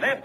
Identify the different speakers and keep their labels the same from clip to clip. Speaker 1: Let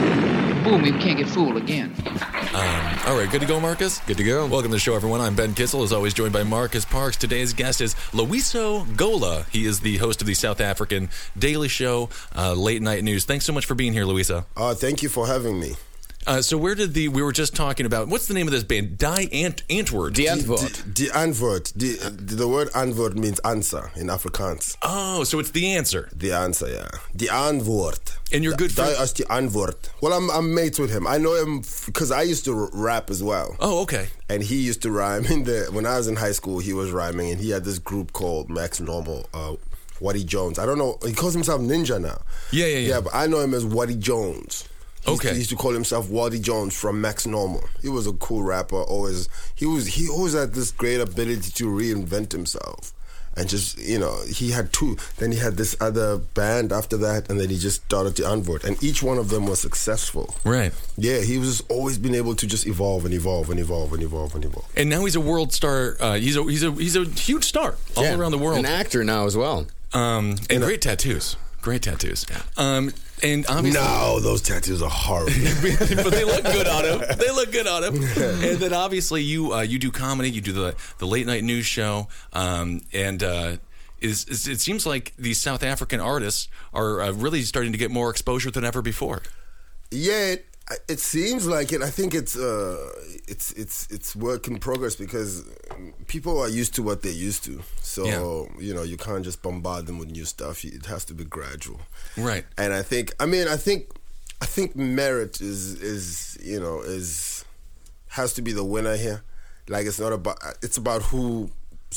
Speaker 2: Fool me, we can't get fooled again.
Speaker 3: Um, all right, good to go, Marcus? Good to go. Welcome to the show, everyone. I'm Ben Kissel, as always, joined by Marcus Parks. Today's guest is Luiso Gola. He is the host of the South African Daily Show, uh, Late Night News. Thanks so much for being here, Luiso.
Speaker 4: Uh, thank you for having me.
Speaker 3: Uh, so where did the we were just talking about what's the name of this band die ant antwoord
Speaker 4: The antwoord. The antwoord. The, the, the word antwoord means answer in Afrikaans.
Speaker 3: oh so it's the answer
Speaker 4: The answer, yeah. The antwoord.
Speaker 3: And you're good
Speaker 4: for...
Speaker 3: friend-
Speaker 4: Die is the antwoord. Well, I'm, I'm mates with him. I know him because I used to r- rap as well.
Speaker 3: oh okay
Speaker 4: And he used to rhyme in the... When I was in high school, he was rhyming. And he had this group called Max Normal, uh, Waddy Jones. I don't know. He calls himself Ninja now.
Speaker 3: Yeah, yeah, yeah.
Speaker 4: but I know him as Waddy Jones. He used to-
Speaker 3: Okay.
Speaker 4: He used to call himself Waddy Jones from Max Normal. He was a cool rapper. Always, he was he always had this great ability to reinvent himself, and just you know he had two. Then he had this other band after that, and then he just started to Antwoord, and each one of them was successful.
Speaker 3: right
Speaker 4: Yeah, he was just always been able to just evolve and evolve and evolve and evolve and evolve.
Speaker 3: and now he's a world star uh, he's a he's a he's a huge star all
Speaker 5: Yeah,
Speaker 3: around the world
Speaker 5: An actor now as well.
Speaker 3: um and great tattoos great tattoos um and obviously
Speaker 4: No, those tattoos are horrible.
Speaker 3: but they look good on him. They look good on him. And then obviously you uh, you do comedy. You do the the late night news show. Um, and uh, is, is it seems like these South African artists are uh, really starting to get more exposure than ever before.
Speaker 4: Yeah, it, it seems like it. I think it's uh, it's it's it's work in progress because um, people are used to what they're used to. So
Speaker 3: Yeah.
Speaker 4: you know you can't just bombard them with new stuff. You- It has to be gradual.
Speaker 3: Right.
Speaker 4: And I think I mean I think I think merit is is you know is has to be the winner here. Like it's not about it's about who's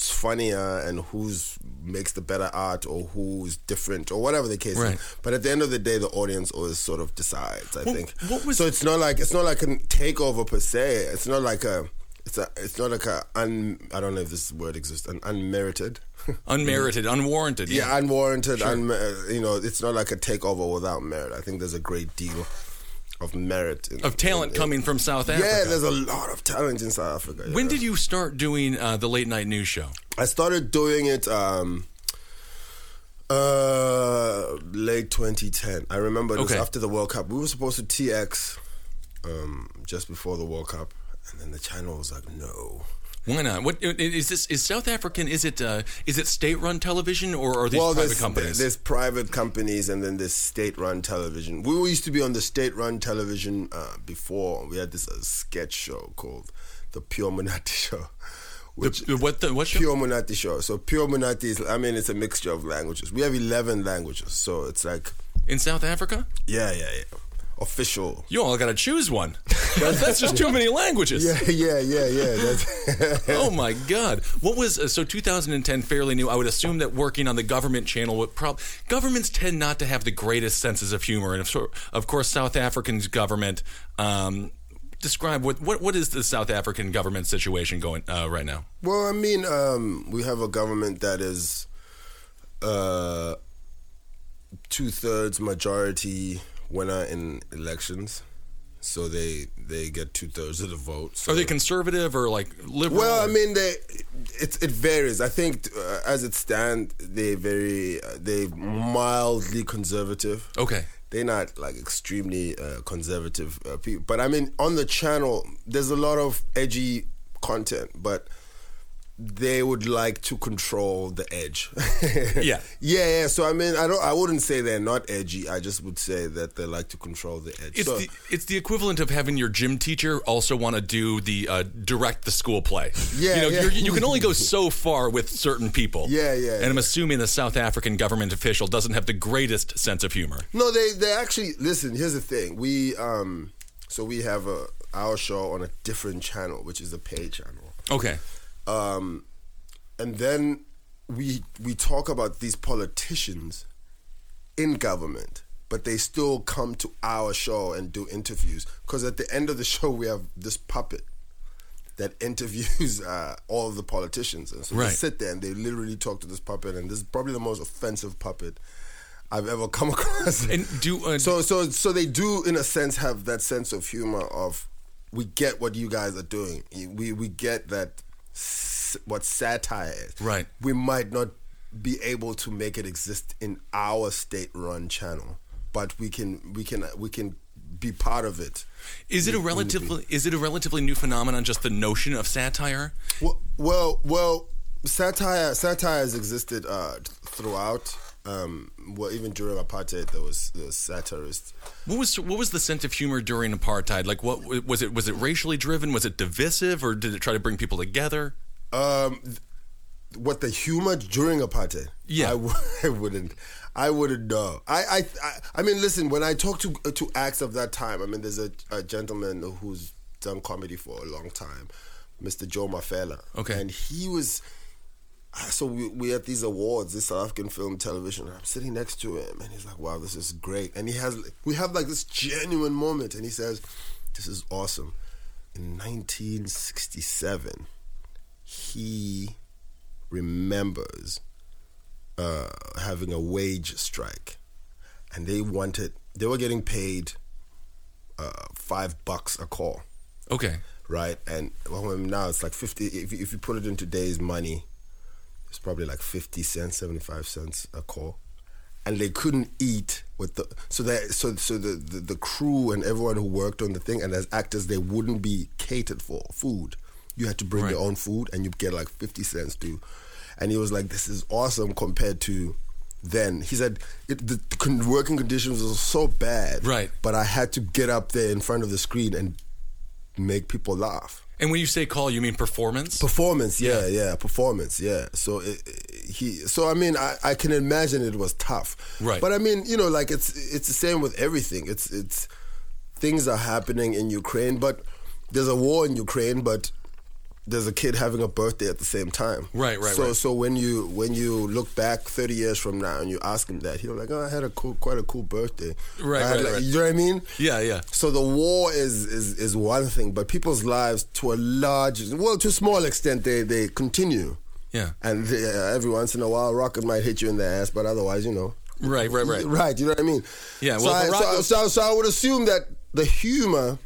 Speaker 4: funnier and who's makes the better art or who's different or whatever the case
Speaker 3: Right.
Speaker 4: is. But at the end of the day, the audience always sort of decides. I
Speaker 3: Well,
Speaker 4: think.
Speaker 3: what was-
Speaker 4: so it's not like it's not like a takeover per se. It's not like a it's a it's not like a un I don't know if this word exists an unmerited.
Speaker 3: Unmerited, unwarranted.
Speaker 4: Yeah, unwarranted. unmer- you know, it's not like a takeover without merit. I think there's a great deal of merit in,
Speaker 3: of talent
Speaker 4: in- in-
Speaker 3: coming from South Africa.
Speaker 4: Yeah, there's a lot of talent in South Africa.
Speaker 3: When
Speaker 4: yeah.
Speaker 3: did you start doing uh, the late night news show?
Speaker 4: I started doing it um uh late 2010. I remember this
Speaker 3: Okay.
Speaker 4: after the World Cup. We were supposed to TX um just before the World Cup and then the channel was like no.
Speaker 3: Why not? uh, What i- is this? Is South African? Is it uh, is it state run television or are these private
Speaker 4: there's,
Speaker 3: companies?
Speaker 4: There's private companies and then there's state run television. We all used to be on the state run television uh, before. We had this uh, sketch show called The Pure Monati Show. Which,
Speaker 3: The- what the- what show?
Speaker 4: Pure Monati Show. So Pure Monati is, I mean, it's a mixture of languages. We have 11 languages. So it's like,
Speaker 3: in South Africa.
Speaker 4: yeah, yeah, yeah. Official.
Speaker 3: You all got to choose one. That's, that's just too many languages.
Speaker 4: Yeah, yeah, yeah, yeah. That's
Speaker 3: oh my god what was uh, so 2010 fairly new i would assume that working on the government channel would prob- governments tend not to have the greatest senses of humor and of, sor- of course south african's government um, describe what, what what is the south african government situation going uh, right now
Speaker 4: Well, I mean, um, we have a government that is uh, two thirds majority winner in elections, so they they get two thirds of the vote. So
Speaker 3: are Oh, they conservative or like liberal
Speaker 4: well, I
Speaker 3: or-
Speaker 4: mean, they it it varies. I think uh, as it stands, they very uh, they mildly conservative.
Speaker 3: okay
Speaker 4: they're not like extremely uh, conservative uh, people. But I mean, on the channel, there's a lot of edgy content, but they would like to control the edge.
Speaker 3: Yeah.
Speaker 4: yeah, yeah. So I mean, I don't. I wouldn't say they're not edgy. I just would say that they like to control the edge.
Speaker 3: It's
Speaker 4: so,
Speaker 3: the it's the equivalent of having your gym teacher also want to do the uh, direct the school play.
Speaker 4: Yeah,
Speaker 3: you know,
Speaker 4: yeah.
Speaker 3: You're, you can only go so far with certain people.
Speaker 4: Yeah, yeah,
Speaker 3: And I'm assuming the South African government official doesn't have the greatest sense of humor.
Speaker 4: No, they they actually listen. Here's the thing. We um, so we have a our show on a different channel, which is a pay channel,
Speaker 3: Okay,
Speaker 4: um, and then we we talk about these politicians in government, but they still come to our show and do interviews. Because at the end of the show, we have this puppet that interviews uh, all of the politicians, and so they
Speaker 3: Right.
Speaker 4: sit there and they literally talk to this puppet, and this is probably the most offensive puppet. I've ever come across.
Speaker 3: and do uh,
Speaker 4: So so so they do in a sense have that sense of humor of we get what you guys are doing. We we get that s- what satire is.
Speaker 3: Right.
Speaker 4: We might not be able to make it exist in our state run channel, but we can we can we can be part of it.
Speaker 3: is it a relatively is it a relatively new phenomenon? Just the notion of satire.
Speaker 4: Well, well, well satire satire has existed uh, th- throughout. Um, well, even during apartheid, there was, there was satirists.
Speaker 3: What was what was the sense of humor during apartheid? Like, what was it? Was it racially driven? Was it divisive, or did it try to bring people together?
Speaker 4: Um, th- what the humor during apartheid?
Speaker 3: Yeah.
Speaker 4: I, w- I wouldn't. I wouldn't know. I, I, I, I mean, listen. When I talk to to acts of that time, I mean, there's a, a gentleman who's done comedy for a long time, Mr. Joe Mafela.
Speaker 3: Okay.
Speaker 4: and he was. I- So we we at these awards, this South African film television. And I'm sitting next to him, and he's like, "Wow, this is great." And he has we have like this genuine moment, and he says, "This is awesome." In 1967, he remembers uh, having a wage strike, and they wanted they were getting paid uh, five bucks a call,
Speaker 3: Okay,
Speaker 4: right? And well, now it's like fifty. If you- if you put it in today's money, it's probably like fifty cents, seventy five cents a call, and they couldn't eat with the so that so so the, the the crew and everyone who worked on the thing and as actors they wouldn't be catered for food. You had to bring your own food, and you get like fifty cents too. And he was like, "This is awesome compared to." Then he said, it, the con- working conditions were so bad,
Speaker 3: Right.
Speaker 4: But I had to get up there in front of the screen and make people laugh
Speaker 3: and when you say call, you mean performance?
Speaker 4: performance yeah yeah, performance yeah so it, it- he so i mean I, I can imagine it was tough
Speaker 3: Right.
Speaker 4: but i mean you know like it's it's the same with everything it's it's things are happening in ukraine but there's a war in ukraine but there's a kid having a birthday at the same time
Speaker 3: Right, right,
Speaker 4: so
Speaker 3: right.
Speaker 4: so when you when you look back 30 years from now and you ask him that he'll like oh i had a cool quite a cool birthday
Speaker 3: Right,
Speaker 4: I had
Speaker 3: right,
Speaker 4: like-
Speaker 3: right.
Speaker 4: you know what i mean
Speaker 3: yeah, yeah.
Speaker 4: so the war is, is is one thing, but people's lives, to a large, well, to a small extent, they they continue.
Speaker 3: Yeah.
Speaker 4: And they, uh, every once in a while, a rocket might hit you in the ass, but otherwise, you know.
Speaker 3: Right, right, right.
Speaker 4: Right. You know what I mean?
Speaker 3: Yeah,
Speaker 4: So,
Speaker 3: well,
Speaker 4: I,
Speaker 3: if a
Speaker 4: so,
Speaker 3: rock goes-
Speaker 4: so, so I would assume that the humor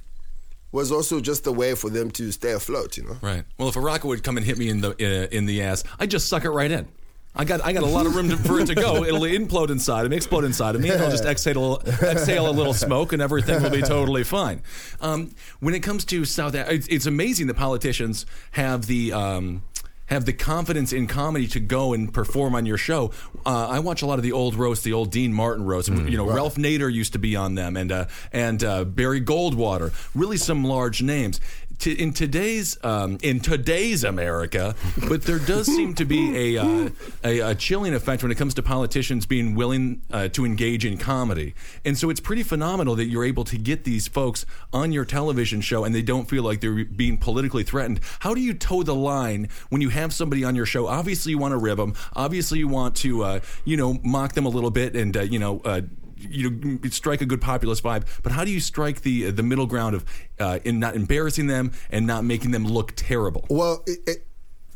Speaker 4: was also just a way for them to stay afloat. You know.
Speaker 3: Right. Well, if a rocket would come and hit me in the uh, in the ass, I'd just suck it right in. I got I got a lot of room to, for it to go. It'll implode inside of me, explode inside of me, and I'll just exhale exhale a little smoke, and everything will be totally fine. Um, when it comes to South, Af- it's, it's amazing that politicians have the. Um, have the confidence in comedy to go and perform on your show. Uh, I watch a lot of the old roasts, the old Dean Martin roasts. you know, Ralph Nader used to be on them, and uh, and uh, Barry Goldwater. Really, some large names. To, in today's um, in today's America, but there does seem to be a, uh, a a chilling effect when it comes to politicians being willing uh, to engage in comedy, and so it's pretty phenomenal that you're able to get these folks on your television show and they don't feel like they're being politically threatened. How do you toe the line when you have somebody on your show? Obviously, you want to rib them. Obviously, you want to uh, you know mock them a little bit and uh, you know. Uh, you know, strike a good populist vibe, but how do you strike the the middle ground of uh, in not embarrassing them and not making them look terrible?
Speaker 4: Well, it, it,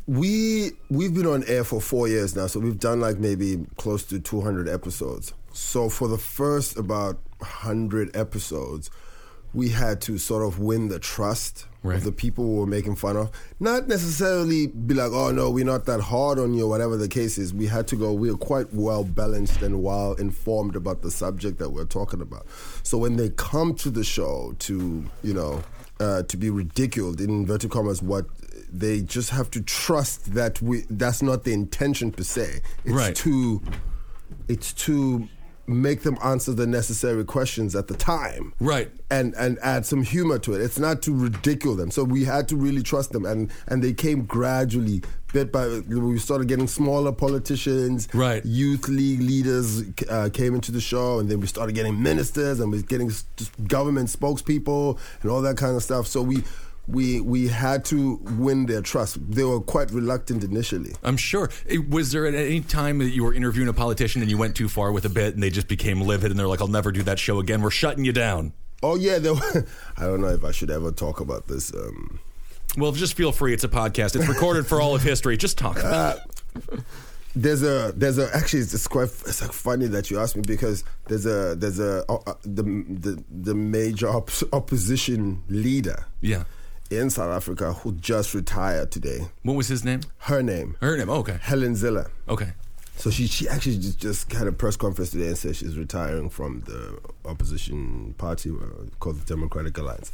Speaker 4: we we've been on air for four years now, so we've done like maybe close to 200 episodes. So for the first about 100 episodes, we had to sort of win the trust
Speaker 3: Right.
Speaker 4: of the people we were making fun of. Not necessarily be like, oh no, we're not that hard on you, or whatever the case is. We had to go, we are quite well balanced and well informed about the subject that we're talking about. So when they come to the show to, you know, uh, to be ridiculed in inverted commas, what they just have to trust that we that's not the intention per se. It's
Speaker 3: Right.
Speaker 4: to it's to make them answer the necessary questions at the time
Speaker 3: Right.
Speaker 4: and and add some humor to it it's not to ridicule them so we had to really trust them and and they came gradually bit by we started getting smaller politicians
Speaker 3: Right.
Speaker 4: youth league leaders uh, came into the show and then we started getting ministers and we was getting s- just government spokespeople and all that kind of stuff so we we we had to win their trust they were quite reluctant initially
Speaker 3: I'm sure. It- Was there at any time that you were interviewing a politician and you went too far with a bit and they just became livid and they're like, I'll never do that show again. We're shutting you down.
Speaker 4: Oh yeah, there were, I don't know if I should ever talk about this. Um,
Speaker 3: Well, just feel free. It's a podcast. It's recorded for all of history. Just talk about it.
Speaker 4: there's a there's a actually it's, it's quite it's like funny that you asked me because there's a there's a uh, uh, the the, the major op- opposition leader
Speaker 3: Yeah.
Speaker 4: in South Africa who just retired today.
Speaker 3: What was his name?
Speaker 4: Her name
Speaker 3: Her name. Oh, okay.
Speaker 4: Helen Ziller.
Speaker 3: Okay.
Speaker 4: So she she actually just, just had a press conference today and said she's retiring from the opposition party uh, called the Democratic Alliance.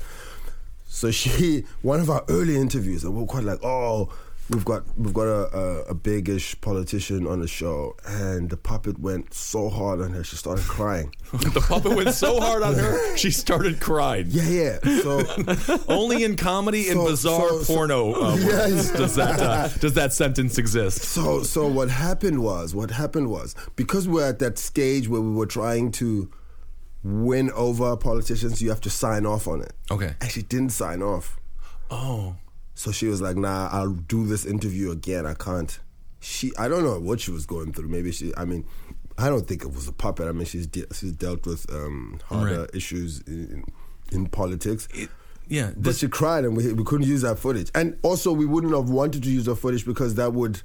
Speaker 4: So she one of our early interviews, and we were quite like, oh, we've got we've got a, a, a bigish politician on the show, and the puppet went so hard on her, she started crying.
Speaker 3: the puppet went so hard on her, she started crying.
Speaker 4: yeah, yeah. So
Speaker 3: Only in comedy and
Speaker 4: So-
Speaker 3: bizarre
Speaker 4: so- so-
Speaker 3: porno uh, worlds
Speaker 4: Yes.
Speaker 3: does that uh, does that sentence exist.
Speaker 4: So, so what happened was, what happened was, because we're at that stage where we were trying to win over politicians, you have to sign off on it.
Speaker 3: Okay.
Speaker 4: And she didn't sign off.
Speaker 3: Oh,
Speaker 4: So she was like, nah, I'll do this interview again. I can't. She, I don't know what she was going through. Maybe she, I mean, I don't think it was a puppet. I mean, she's de- she's dealt with um, harder
Speaker 3: Right.
Speaker 4: issues in, in politics.
Speaker 3: yeah.
Speaker 4: But
Speaker 3: This,
Speaker 4: she cried, and we, we couldn't use that footage. And also, we wouldn't have wanted to use that footage because that would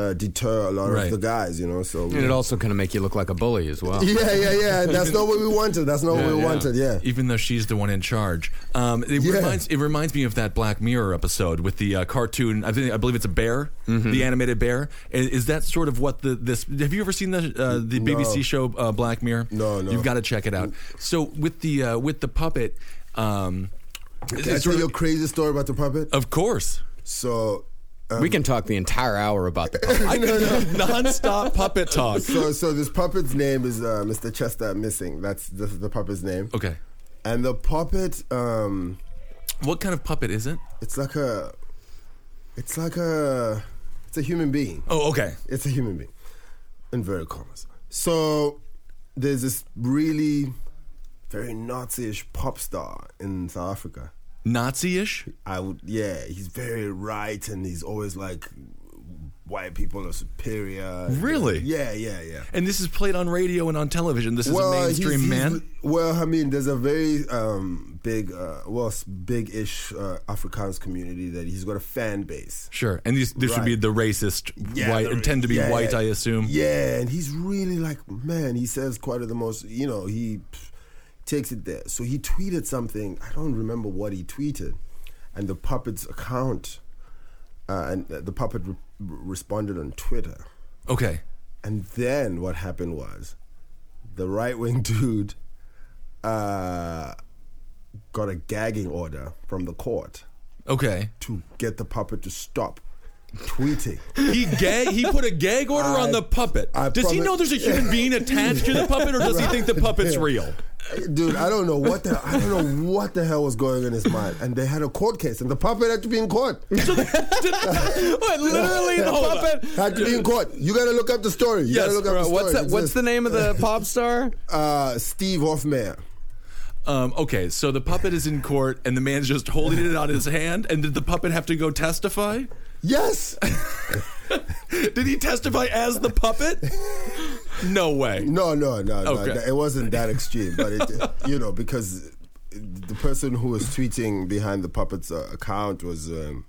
Speaker 4: uh, deter a lot
Speaker 3: Right.
Speaker 4: of the guys, you know. So
Speaker 5: And it also kind of make you look like a bully as well.
Speaker 4: yeah, yeah, yeah. That's not what we wanted. That's not what we
Speaker 5: yeah.
Speaker 4: wanted. Yeah.
Speaker 3: even though she's the one in charge, um, it
Speaker 4: Yeah.
Speaker 3: reminds it reminds me of that Black Mirror episode with the uh, cartoon. I think I believe it's a bear,
Speaker 4: Mm-hmm.
Speaker 3: the animated bear. I- Is, that sort of what the this? Have you ever seen the uh, the BBC show uh, Black Mirror?
Speaker 4: No, no.
Speaker 3: You've got to check it out. So with the uh, with the puppet, um, it's Oh.
Speaker 4: Can I
Speaker 3: sort
Speaker 4: tell
Speaker 3: of-
Speaker 4: you a crazy story about the puppet?
Speaker 3: of course.
Speaker 4: So,
Speaker 5: We can talk the entire hour about the puppet.
Speaker 3: I could do nonstop puppet talk.
Speaker 4: so, so this puppet's name is uh, Mr. Chester Missing. That's the, the puppet's name.
Speaker 3: Okay.
Speaker 4: And the puppet, um,
Speaker 3: What kind of puppet is it?
Speaker 4: it's like a, it's like a, it's a human being.
Speaker 3: Oh, okay.
Speaker 4: It's a human being, in very commas. So there's this really very Nazi-ish pop star in South Africa.
Speaker 3: Nazi-ish?
Speaker 4: I would, yeah, he's very right, and he's always like, white people are superior.
Speaker 3: Really?
Speaker 4: Yeah, yeah, yeah.
Speaker 3: And this is played on radio and on television. This is a mainstream
Speaker 4: he's-
Speaker 3: man.
Speaker 4: he's- well, I mean, there's a very um, big, uh, well, s- big-ish uh, Afrikaans community that he's got a fan base.
Speaker 3: sure. And these, this would be
Speaker 4: Right.
Speaker 3: the racist
Speaker 4: Yeah,
Speaker 3: white,
Speaker 4: there is.
Speaker 3: tend to be
Speaker 4: Yeah,
Speaker 3: white,
Speaker 4: yeah.
Speaker 3: I assume.
Speaker 4: Yeah, and he's really like, man, he says quite of the most, you know, he pff, takes it there. So he tweeted something, I don't remember what he tweeted, and the puppet's account, uh, and uh, the puppet re- responded on Twitter.
Speaker 3: Okay.
Speaker 4: And then what happened was the right wing dude uh, got a gagging order from the court
Speaker 3: Okay.
Speaker 4: to get the puppet to stop tweeting.
Speaker 3: He gag, he put a gag order on
Speaker 4: I-
Speaker 3: the puppet.
Speaker 4: I
Speaker 3: does he
Speaker 4: promise-
Speaker 3: know there's a human being attached to the puppet or does he think the puppet's real?
Speaker 4: Dude, I don't know what the I don't know what the hell was going on in his mind. And they had a court case, and the puppet had to be in court.
Speaker 5: What, literally the puppet?
Speaker 4: Had to be in court. You gotta look up the story. You
Speaker 5: Yes,
Speaker 4: gotta look up
Speaker 5: bro,
Speaker 4: the story.
Speaker 5: what's that,
Speaker 4: It's
Speaker 5: what's the
Speaker 4: this,
Speaker 5: name of the pop star?
Speaker 4: Uh, Steve Hoffmeyer.
Speaker 3: Um, okay, so the puppet is in court and the man's just holding it on his hand. And did the puppet have to go testify?
Speaker 4: Yes.
Speaker 3: Did he testify as the puppet? No way.
Speaker 4: No, no, no,
Speaker 3: Okay.
Speaker 4: no. It wasn't that extreme, but it, you know, because the person who was tweeting behind the puppet's uh, account was. Um,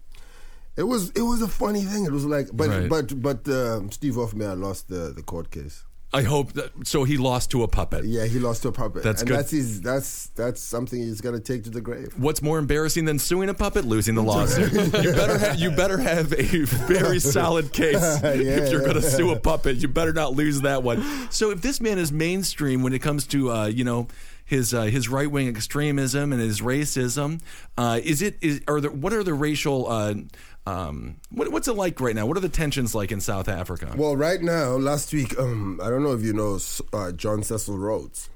Speaker 4: it was it was a funny thing. It was like, but um,
Speaker 3: Right.
Speaker 4: but but uh, Steve Hoffmeyer lost the, the court case.
Speaker 3: I hope that. So he lost to a puppet.
Speaker 4: Yeah, he lost to a puppet.
Speaker 3: That's
Speaker 4: and
Speaker 3: good.
Speaker 4: That's his, that's that's something he's gonna take to the grave.
Speaker 3: What's more embarrassing than suing a puppet? Losing the lawsuit. you better have you better have a very solid case if you're going to sue a puppet. You better not lose that one. So if this man is mainstream when it comes to uh, you know his uh, his right wing extremism and his racism, uh, is it is are there what are the racial uh, um, what, what's it like right now? What are the tensions like in South Africa?
Speaker 4: Well, right now, last week, um, I don't know if you know uh, John Cecil Rhodes.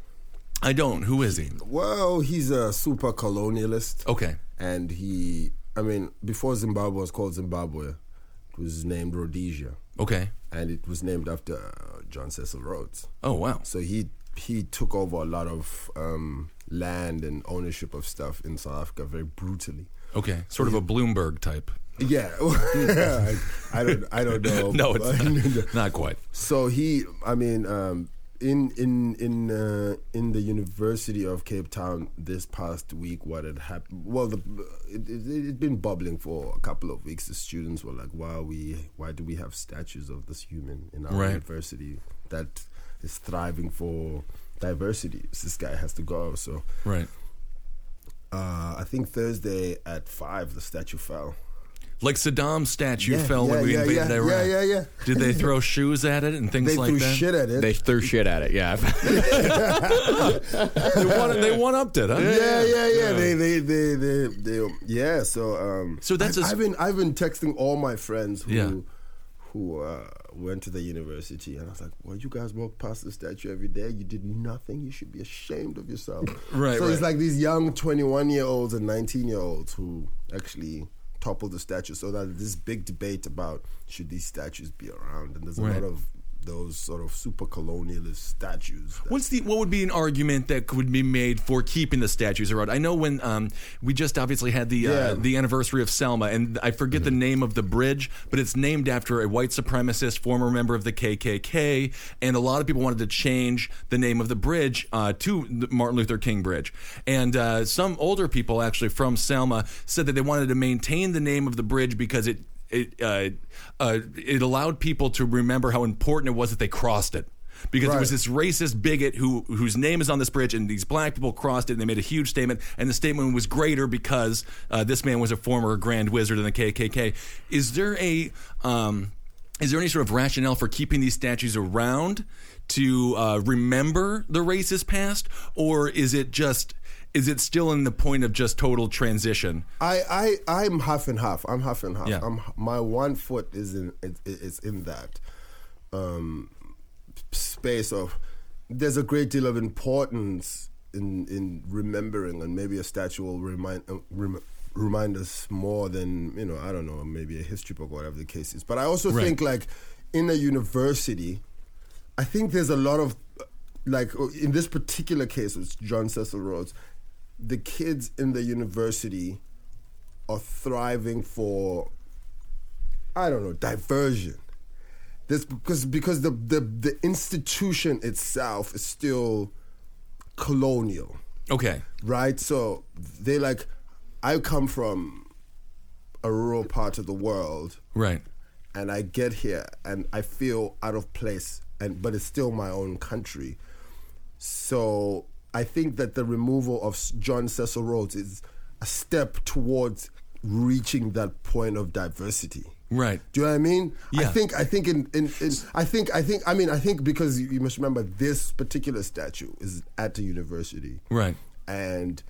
Speaker 3: I don't. Who is he?
Speaker 4: Well, he's a super colonialist.
Speaker 3: Okay.
Speaker 4: And he, I mean, before Zimbabwe was called Zimbabwe, it was named Rhodesia.
Speaker 3: Okay.
Speaker 4: And it was named after uh, John Cecil Rhodes.
Speaker 3: Oh wow.
Speaker 4: So he he took over a lot of um, land and ownership of stuff in South Africa very brutally.
Speaker 3: Okay. Sort of a Bloomberg type.
Speaker 4: Yeah, I, I don't I don't know.
Speaker 3: No, it's not, not quite.
Speaker 4: So he, I mean, um, in in in uh, in the University of Cape Town this past week, what had happened? Well, the, it, it it had been bubbling for a couple of weeks. The students were like, "Why are we? Why do we have statues of this human in our
Speaker 3: Right.
Speaker 4: university that is thriving for diversity? This guy has to go." So
Speaker 3: Right.
Speaker 4: uh, I think Thursday at five, the statue fell.
Speaker 3: Like Saddam's statue
Speaker 4: Yeah,
Speaker 3: fell when
Speaker 4: yeah,
Speaker 3: we
Speaker 4: yeah,
Speaker 3: invaded
Speaker 4: yeah,
Speaker 3: Iraq.
Speaker 4: yeah, yeah, yeah.
Speaker 3: Did they throw shoes at it and things
Speaker 4: They
Speaker 3: like
Speaker 4: threw
Speaker 3: that?
Speaker 4: shit at it.
Speaker 5: They threw shit at it. Yeah.
Speaker 3: They one, they one upped it, huh?
Speaker 4: yeah, yeah, yeah. They, they, they, they, they, yeah. So, um,
Speaker 3: So that's
Speaker 4: I've,
Speaker 3: a s-
Speaker 4: I've been, I've been texting all my friends who,
Speaker 3: Yeah.
Speaker 4: who uh, went to the university, and I was like, "Well, you guys walk past the statue every day. You did nothing. You should be ashamed of yourself."
Speaker 3: Right,
Speaker 4: So it's
Speaker 3: right.
Speaker 4: like these young twenty-one-year-olds and nineteen-year-olds who actually toppled the statue. So that this big debate about should these statues be around, and there's a
Speaker 3: Right.
Speaker 4: lot of those sort of super colonialist statues. that-
Speaker 3: What's the what would be an argument that could be made for keeping the statues around? I know when um, we just obviously had the
Speaker 4: Yeah.
Speaker 3: uh, the anniversary of Selma, and I forget the name of the bridge, but it's named after a white supremacist former member of the KKK, and a lot of people wanted to change the name of the bridge uh, to the Martin Luther King Bridge, and uh, some older people actually from Selma said that they wanted to maintain the name of the bridge because it. It uh, uh, it allowed people to remember how important it was that they crossed it because it was
Speaker 4: Right.
Speaker 3: this racist bigot who whose name is on this bridge, and these black people crossed it, and they made a huge statement, and the statement was greater because uh, this man was a former Grand Wizard in the KKK. Is there a um, is there any sort of rationale for keeping these statues around to uh, remember the racist past, or is it just is it still in the point of just total transition?
Speaker 4: I I I'm half and half. I'm half and half.
Speaker 3: Yeah.
Speaker 4: I'm my one foot is in is- is in that um, space of there's a great deal of importance in in remembering, and maybe a statue will remind uh, rem, remind us more than you know. I don't know, maybe a history book, or whatever the case is. But I also
Speaker 3: Right.
Speaker 4: think like in a university, I think there's a lot of uh, like uh, in this particular case, it's John Cecil Rhodes. The kids in the university are thriving for I don't know diversion. This because because the the, the institution itself is still colonial
Speaker 3: Okay,
Speaker 4: right? So they like, I come from a rural part of the world,
Speaker 3: right,
Speaker 4: and I get here and I feel out of place, and but it's still my own country. So I think that the removal of S- John Cecil Rhodes is a step towards reaching that point of diversity.
Speaker 3: right.
Speaker 4: Do you know what I mean? I
Speaker 3: Yeah.
Speaker 4: think I think in, in, in I think I think I mean I think because you, you must remember this particular statue is at the university
Speaker 3: Right.
Speaker 4: and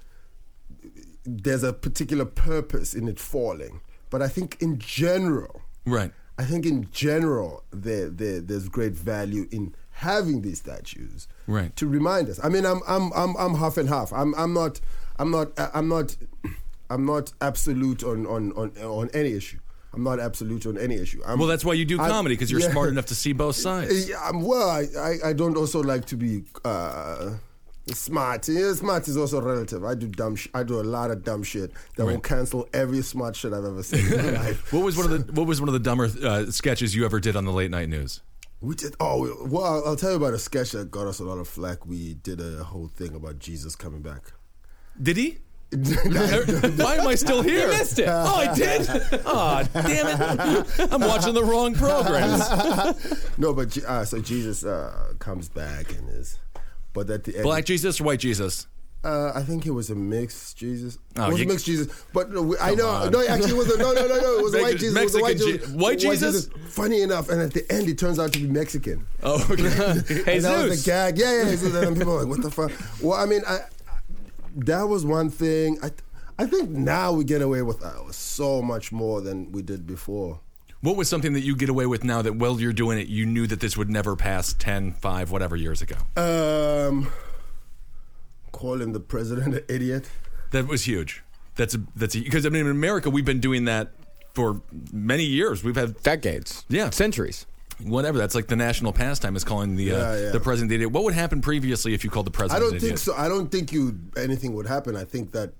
Speaker 4: there's a particular purpose in it falling. But I think in general,
Speaker 3: Right.
Speaker 4: I think in general, there, there there's great value in having these statues
Speaker 3: Right.
Speaker 4: to remind us. I mean, I'm I'm I'm, I'm half and half. I'm I'm not I'm not uh, I'm not I'm not absolute on on on, on any issue. I'm not absolute on any issue. I'm,
Speaker 3: Well, that's why you do
Speaker 4: I'm-
Speaker 3: comedy because you're
Speaker 4: yeah.
Speaker 3: smart enough to see both sides.
Speaker 4: Yeah, um, well, I, I, I don't also like to be uh, smart. Yeah, smart is also relative. I do dumb. Sh- I do a lot of dumb shit that will cancel every smart shit I've ever seen in my life.
Speaker 3: What was one of the What was one of the dumber uh, sketches you ever did on the late night news?
Speaker 4: We did. Oh, we- well, I'll- I'll tell you about a sketch that got us a lot of flack. We did a whole thing about Jesus coming back.
Speaker 3: Did he? Why am I still here?
Speaker 5: You missed it.
Speaker 3: Oh, I did. Oh, damn it! I'm watching the wrong programs.
Speaker 4: no, but Je- uh, so Jesus uh, comes back and is, but at the end,
Speaker 3: Black Jesus, white Jesus.
Speaker 4: Uh, I think it was a mixed Jesus.
Speaker 3: Oh,
Speaker 4: it was
Speaker 3: you-
Speaker 4: a mixed Jesus, but no, we- I know.
Speaker 3: on.
Speaker 4: No, actually, it was a, no, no, no, no. It was a
Speaker 3: Mex-
Speaker 4: white Jesus. It was a white
Speaker 3: Mexican
Speaker 4: Jesus.
Speaker 3: Je- white Jesus?
Speaker 4: Funny enough, and at the end, it turns out to be Mexican.
Speaker 3: Oh, okay.
Speaker 4: and that was the
Speaker 5: Jesus.
Speaker 4: gag. Yeah, yeah. So then people are like, "What the fuck?" Well, I mean, I, that was one thing. I, I think now we get away with uh, so much more than we did before.
Speaker 3: What was something that you get away with now that while you're doing it, you knew that this would never pass 10, 5, whatever years ago?
Speaker 4: Um, calling the president an idiot.
Speaker 3: That was huge. That's a, that's because I mean in America we've been doing that for many years. We've had
Speaker 5: Decades.
Speaker 3: Yeah.
Speaker 5: Centuries.
Speaker 3: whatever. That's like the national pastime is calling the uh,
Speaker 4: Yeah, yeah.
Speaker 3: the president the idiot. What would happen previously if you called the
Speaker 4: I
Speaker 3: president?
Speaker 4: don't
Speaker 3: an
Speaker 4: think
Speaker 3: idiot?
Speaker 4: so. I don't think you anything would happen. I think that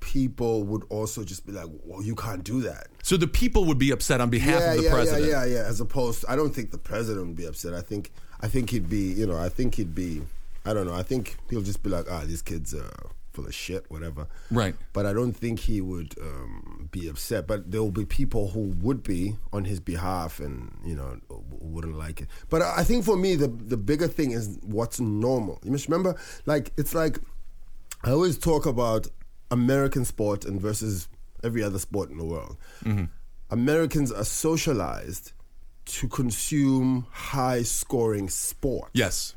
Speaker 4: people would also just be like, "Well, you can't do that."
Speaker 3: So the people would be upset on behalf
Speaker 4: yeah,
Speaker 3: of the
Speaker 4: yeah,
Speaker 3: president.
Speaker 4: yeah, yeah, yeah. As opposed, I don't think the president would be upset. I think, I think he'd be, you know, I think he'd be, I don't know. I think he'll just be like, "Ah, these kids are full of shit," whatever.
Speaker 3: Right.
Speaker 4: But I don't think he would um, be upset. But there will be people who would be on his behalf, and you know, w- wouldn't like it. But I I think for me, the the bigger thing is what's normal. You must remember, like it's like I always talk about American sport and versus every other sport in the world. Americans are socialized to consume high scoring sport
Speaker 3: Yes.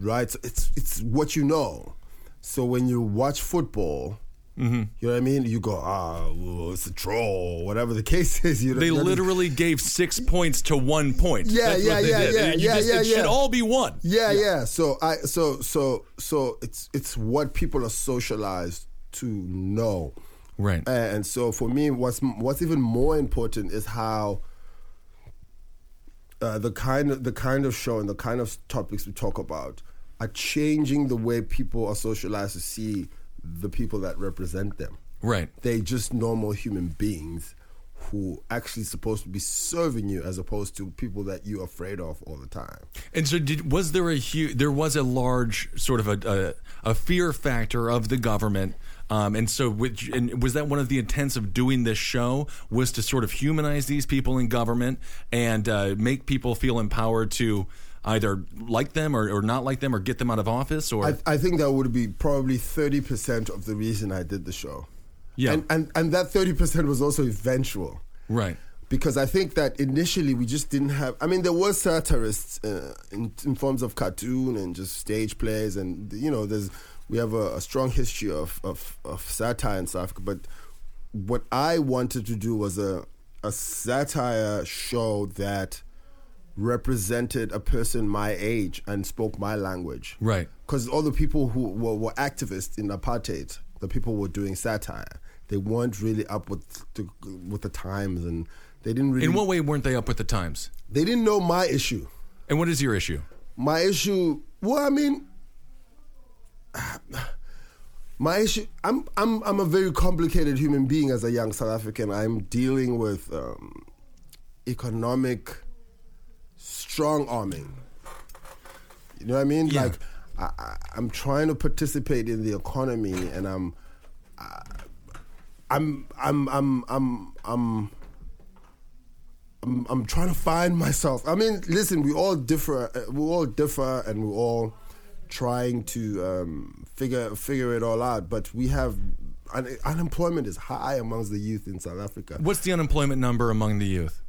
Speaker 4: right? So it's it's what you know. So when you watch football,
Speaker 3: Mm-hmm.
Speaker 4: you know what I mean. You go, ah, well, it's a draw, whatever the case is. You know,
Speaker 3: They
Speaker 4: that is-
Speaker 3: literally gave six points to one point.
Speaker 4: Yeah,
Speaker 3: That's
Speaker 4: yeah,
Speaker 3: what they
Speaker 4: yeah,
Speaker 3: did.
Speaker 4: yeah,
Speaker 3: You
Speaker 4: yeah,
Speaker 3: just-
Speaker 4: yeah,
Speaker 3: It should
Speaker 4: yeah.
Speaker 3: all be one.
Speaker 4: Yeah, yeah, So I, so, so, so it's it's what people are socialized to know,
Speaker 3: Right.
Speaker 4: and so for me, what's what's even more important is how uh, the kind of the kind of show and the kind of topics we talk about are changing the way people are socialized to see the people that represent them.
Speaker 3: Right.
Speaker 4: They just normal human beings who actually supposed to be serving you as opposed to people that you're afraid of all the time.
Speaker 3: And so, did, was there a huge? There was a large sort of a a, a fear factor of the government. Um, and so, which, and was that one of the intents of doing this show was to sort of humanize these people in government and uh, make people feel empowered to either like them or, or not like them or get them out of office or
Speaker 4: I, I think that would be probably 30% of the reason I did the show.
Speaker 3: Yeah.
Speaker 4: And, and, and that 30% was also eventual.
Speaker 3: right
Speaker 4: Because I think that initially we just didn't have. I mean, there were satirists uh, in, in forms of cartoon and just stage plays, and you know, there's we have a, a strong history of, of, of satire in South Africa. But what I wanted to do was a a satire show that represented a person my age and spoke my language
Speaker 3: Right.
Speaker 4: because all the people who were, were activists in apartheid, the people were doing satire. They weren't really up with the, with the times, and they didn't really.
Speaker 3: in what way weren't they up with the times
Speaker 4: They didn't know my issue.
Speaker 3: and what is your issue
Speaker 4: My issue. Well, I mean, my issue. I'm I'm I'm a very complicated human being as a young South African. I'm dealing with um, economic strong arming. You know what I mean?
Speaker 3: Yeah.
Speaker 4: Like, I, I, I'm trying to participate in the economy, and I'm, I, I'm, I'm, I'm, I'm, I'm. I'm, I'm trying to find myself. I mean, listen, we all differ. uh, We all differ, and we're all trying to um, figure figure it all out. But we have un- unemployment is high amongst the youth in South Africa.
Speaker 3: what's the unemployment number among the youth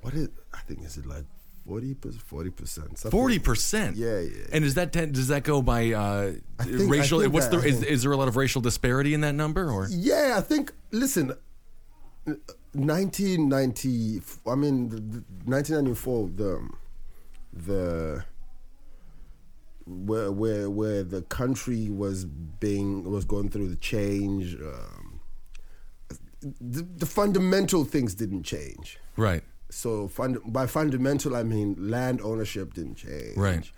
Speaker 4: What is? I think is it like forty percent? Forty percent?
Speaker 3: Forty percent.
Speaker 4: Yeah, yeah.
Speaker 3: And is that ten, does that go by uh,
Speaker 4: I think- I
Speaker 3: racial?
Speaker 4: think
Speaker 3: what's
Speaker 4: that-
Speaker 3: the
Speaker 4: I
Speaker 3: is,
Speaker 4: think-
Speaker 3: is there a lot of racial disparity in that number or?
Speaker 4: Yeah, I think. Listen, n- 1990. I mean, the- the- 1994. The the where where where the country was being was going through the change. Um, the, the fundamental things didn't change.
Speaker 3: Right.
Speaker 4: So fund, by fundamental, I mean land ownership didn't change.
Speaker 3: Right.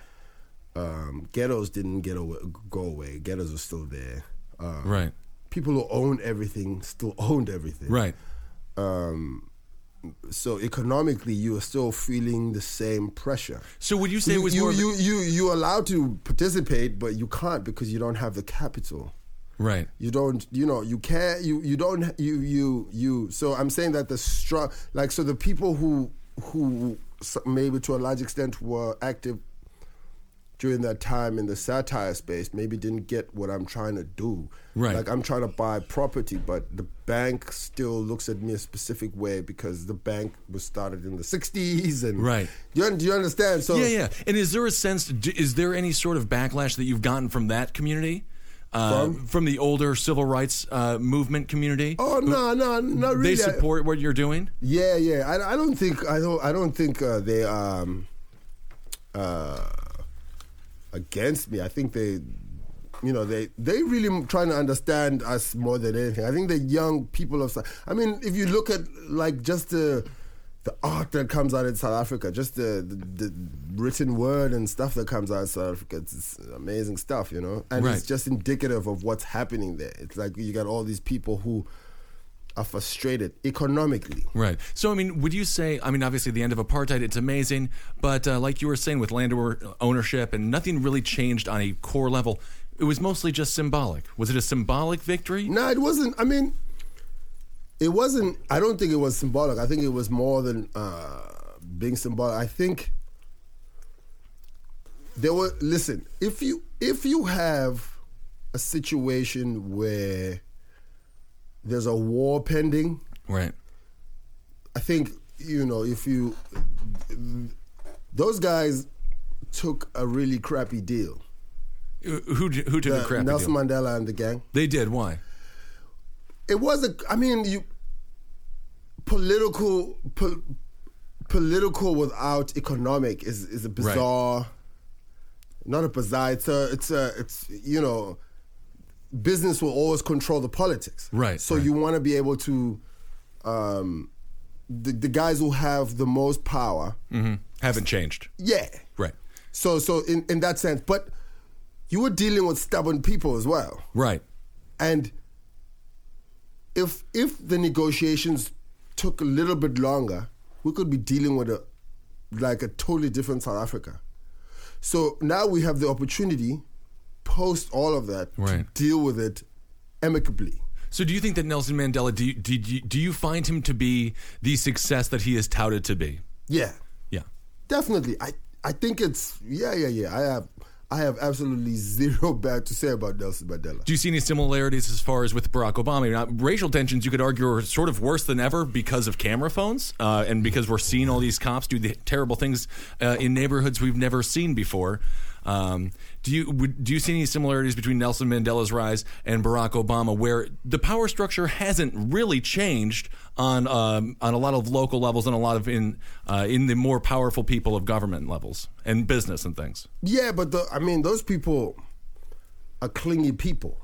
Speaker 4: Um, ghettos didn't get away, go away. Ghettos are still there. Um,
Speaker 3: Right.
Speaker 4: people who owned everything still owned everything.
Speaker 3: Right.
Speaker 4: So economically, you are still feeling the same pressure.
Speaker 3: So would you say
Speaker 4: You,
Speaker 3: it was
Speaker 4: you,
Speaker 3: more? of a-
Speaker 4: you, you, you're allowed to participate, but you can't because you don't have the capital.
Speaker 3: Right.
Speaker 4: You don't, you know, you can't, you you don't, you you you. So I'm saying that the strong, like, so the people who who s- maybe to a large extent were active during that time in the satire space maybe didn't get what I'm trying to do.
Speaker 3: Right.
Speaker 4: Like I'm trying to buy property, but the bank still looks at me a specific way because the bank was started in the '60s and
Speaker 3: Right.
Speaker 4: You un- do you understand? So
Speaker 3: Yeah, yeah. And is there a sense? d- Is there any sort of backlash that you've gotten from that community, uh,
Speaker 4: From?
Speaker 3: the older civil rights uh, movement community?
Speaker 4: Oh no, no, not really.
Speaker 3: They support what you're doing.
Speaker 4: Yeah, yeah. I, I don't think I don't I don't think uh, they um uh against me. I think they you know they they really m- trying to understand us more than anything. I think the young people of Sou- I mean, if you look at like just the the art that comes out in South Africa, just the, the, the written word and stuff that comes out of South Africa, it's, it's amazing stuff, you know. And
Speaker 3: Right.
Speaker 4: it's just indicative of what's happening there. It's like you got all these people who are frustrated economically.
Speaker 3: Right. So, I mean, would you say, I mean, obviously the end of apartheid, it's amazing, but uh, like you were saying with land or- ownership and nothing really changed on a core level, it was mostly just symbolic. Was it a symbolic victory?
Speaker 4: No, it wasn't. I mean, it wasn't. I don't think it was symbolic. I think it was more than uh, being symbolic. I think there were. Listen, if you if you have a situation where there's a war pending,
Speaker 3: Right.
Speaker 4: I think you know if you those guys took a really crappy deal.
Speaker 3: Who, who did who did the crappy
Speaker 4: Nelson
Speaker 3: deal?
Speaker 4: Mandela and the gang.
Speaker 3: They did. Why?
Speaker 4: it was a i mean you political pol, political without economic is is a bizarre not a bizarre it's a it's a it's you know business will always control the politics
Speaker 3: Right,
Speaker 4: so
Speaker 3: right.
Speaker 4: you want to be able to um the, the guys who have the most power
Speaker 3: Mm. Mm-hmm. Haven't changed.
Speaker 4: yeah
Speaker 3: Right.
Speaker 4: so so in in that sense but you were dealing with stubborn people as well
Speaker 3: Right.
Speaker 4: and if if the negotiations took a little bit longer, we could be dealing with a like a totally different South Africa. So now we have the opportunity, post all of that,
Speaker 3: Right.
Speaker 4: to deal with it amicably.
Speaker 3: So, do you think that Nelson Mandela, do you, did you, do you find him to be the success that he is touted to be?
Speaker 4: Yeah,
Speaker 3: Yeah.
Speaker 4: definitely. I I think it's yeah yeah yeah. I have I have absolutely zero bad to say about Nelson Mandela.
Speaker 3: Do you see any similarities as far as with Barack Obama? I mean, uh, racial tensions, you could argue, are sort of worse than ever because of camera phones uh, and because we're seeing all these cops do the terrible things uh, in neighborhoods we've never seen before. Um, do you would, do you see any similarities between Nelson Mandela's rise and Barack Obama, where the power structure hasn't really changed on um, on a lot of local levels and a lot of in uh, in the more powerful people of government levels and business and things?
Speaker 4: Yeah, but the, I mean those people are clingy people.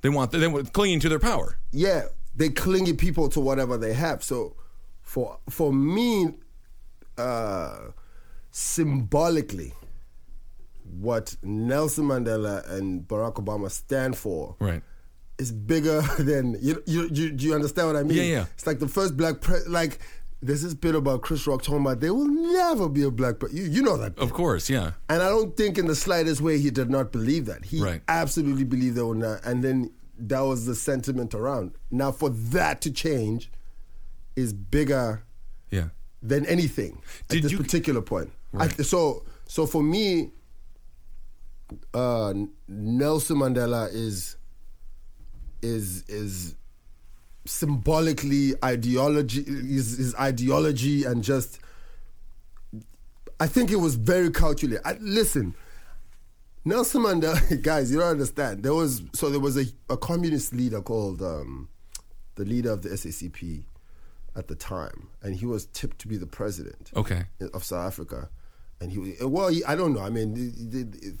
Speaker 3: They want they want clinging to their power.
Speaker 4: yeah, they clingy people to whatever they have. So for for me, uh, symbolically, what Nelson Mandela and Barack Obama stand for
Speaker 3: Right.
Speaker 4: is bigger than you. You, you do you understand what I mean?
Speaker 3: Yeah, yeah.
Speaker 4: It's like the first black pre- like. There's this bit about Chris Rock talking about there will never be a black. Pre- you, you know that.
Speaker 3: Of course, yeah.
Speaker 4: And I don't think in the slightest way he did not believe that. He
Speaker 3: Right.
Speaker 4: absolutely believed that. Or not, and then that was the sentiment around. Now, for that to change is bigger
Speaker 3: Yeah.
Speaker 4: than anything
Speaker 3: Did
Speaker 4: at this
Speaker 3: you-
Speaker 4: particular point. I, so, so for me, uh, Nelson Mandela is is is symbolically ideology is, is ideology and just I think it was very calculated. I, listen, Nelson Mandela, guys, you don't understand. There was so there was a, a communist leader called um, the leader of the SACP at the time, and he was tipped to be the president
Speaker 3: Okay.
Speaker 4: of South Africa, and he well, he, I don't know. I mean, the- the- the-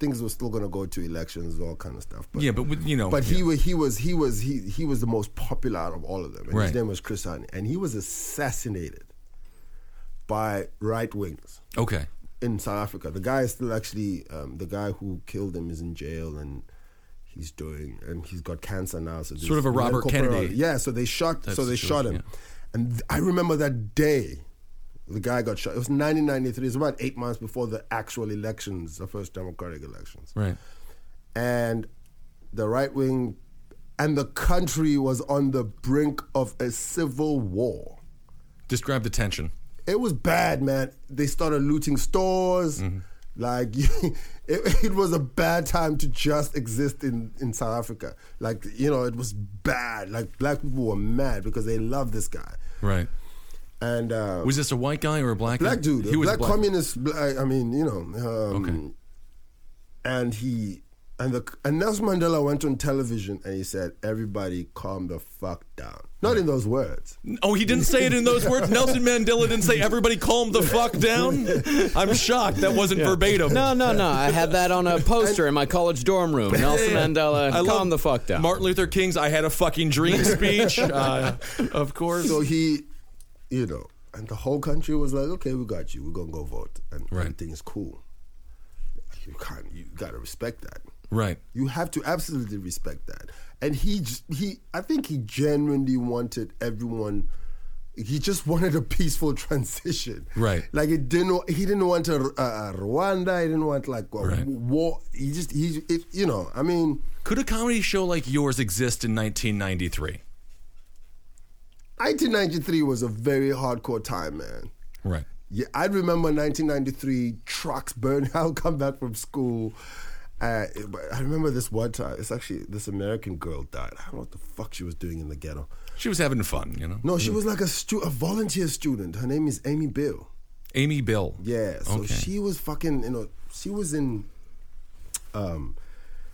Speaker 4: things were still going to go to elections, all kind of stuff. But
Speaker 3: Yeah, but with, you know,
Speaker 4: but
Speaker 3: yeah.
Speaker 4: he was he was he was he he was the most popular out of all of them. And
Speaker 3: Right.
Speaker 4: His name was Chris Hani, and he was assassinated by right wings
Speaker 3: okay,
Speaker 4: in South Africa. The guy is still actually um, the guy who killed him is in jail and. He's doing, and he's got cancer now. So
Speaker 3: Sort of
Speaker 4: there's
Speaker 3: a Robert
Speaker 4: medical
Speaker 3: Kennedy
Speaker 4: priority. Yeah, so they shot,
Speaker 3: type
Speaker 4: so they shot him,
Speaker 3: situation,
Speaker 4: and th- I remember that day. The guy got shot. It was 1993. It was about eight months before the actual elections, the first democratic elections
Speaker 3: right,
Speaker 4: and the right wing, and the country was on the brink of a civil war.
Speaker 3: Describe the tension.
Speaker 4: It was bad, man. They started looting stores. Like, it, it was a bad time to just exist in, in South Africa. Like, you know, it was bad. Like, black people were mad because they loved this guy.
Speaker 3: Right.
Speaker 4: And uh,
Speaker 3: Was this a white guy or a black
Speaker 4: black
Speaker 3: guy?
Speaker 4: dude,
Speaker 3: He
Speaker 4: a
Speaker 3: was a
Speaker 4: black,
Speaker 3: black
Speaker 4: communist. Black, I mean, you know. Um, And he and the and Nelson Mandela went on television and he said, "Everybody, calm the fuck down." Not in those words.
Speaker 3: Oh, he didn't say it in those words. Nelson Mandela didn't say everybody calm the fuck down. I'm shocked that wasn't verbatim.
Speaker 5: No, no, no. I had that on a poster in my college dorm room. Nelson Mandela,
Speaker 3: I love
Speaker 5: calm the fuck down.
Speaker 3: Martin Luther King's "I Had a Fucking Dream" speech, uh, of course.
Speaker 4: So he, you know, and the whole country was like, "Okay, we got you. We're gonna go vote, and
Speaker 3: Right.
Speaker 4: everything is cool." You can't. You gotta respect that.
Speaker 3: Right.
Speaker 4: You have to absolutely respect that. And he just, he I think he genuinely wanted everyone he just wanted a peaceful transition.
Speaker 3: Right.
Speaker 4: Like it didn't wa- he didn't want a, a- a Rwanda, he didn't want like a
Speaker 3: Right.
Speaker 4: war. He just he it, you know, I mean,
Speaker 3: Could a comedy show like yours exist in 1993?
Speaker 4: 1993 was a very hardcore time, man.
Speaker 3: Right.
Speaker 4: Yeah, I remember 1993 trucks burning. I'll come back from school. Uh, but I remember this one time. It's actually this American girl died. I don't know what the fuck she was doing in the ghetto.
Speaker 3: She was having fun, you know.
Speaker 4: No, she was like a stu- a volunteer student. Her name is Amy Bill.
Speaker 3: Amy Bill.
Speaker 4: Yeah, so
Speaker 3: Okay.
Speaker 4: she was fucking, you know, she was in um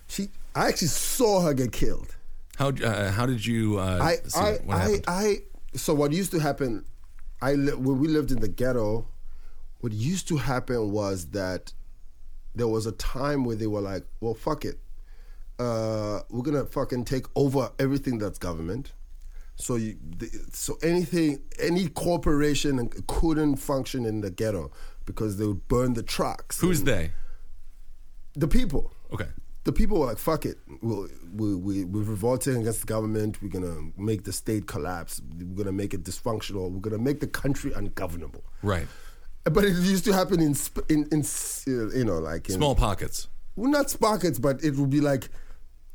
Speaker 4: she I actually saw her get killed.
Speaker 3: How uh, how did you? Uh,
Speaker 4: I
Speaker 3: see
Speaker 4: I
Speaker 3: what
Speaker 4: I,
Speaker 3: happened?
Speaker 4: I so what used to happen I li- when we lived in the ghetto what used to happen was that there was a time where they were like, well fuck it. Uh, we're gonna fucking take over everything that's government. So you, the, so anything, any corporation couldn't function in the ghetto because they would burn the trucks.
Speaker 3: Who's
Speaker 4: and-
Speaker 3: they?
Speaker 4: The people.
Speaker 3: Okay.
Speaker 4: The people were like, "Fuck it, we'll, we we we're revolting against the government. We're gonna make the state collapse. We're gonna make it dysfunctional. We're gonna make the country ungovernable."
Speaker 3: Right.
Speaker 4: But it used to happen in sp- in in s- you know like in,
Speaker 3: Small pockets.
Speaker 4: well, not sprockets, but it would be like,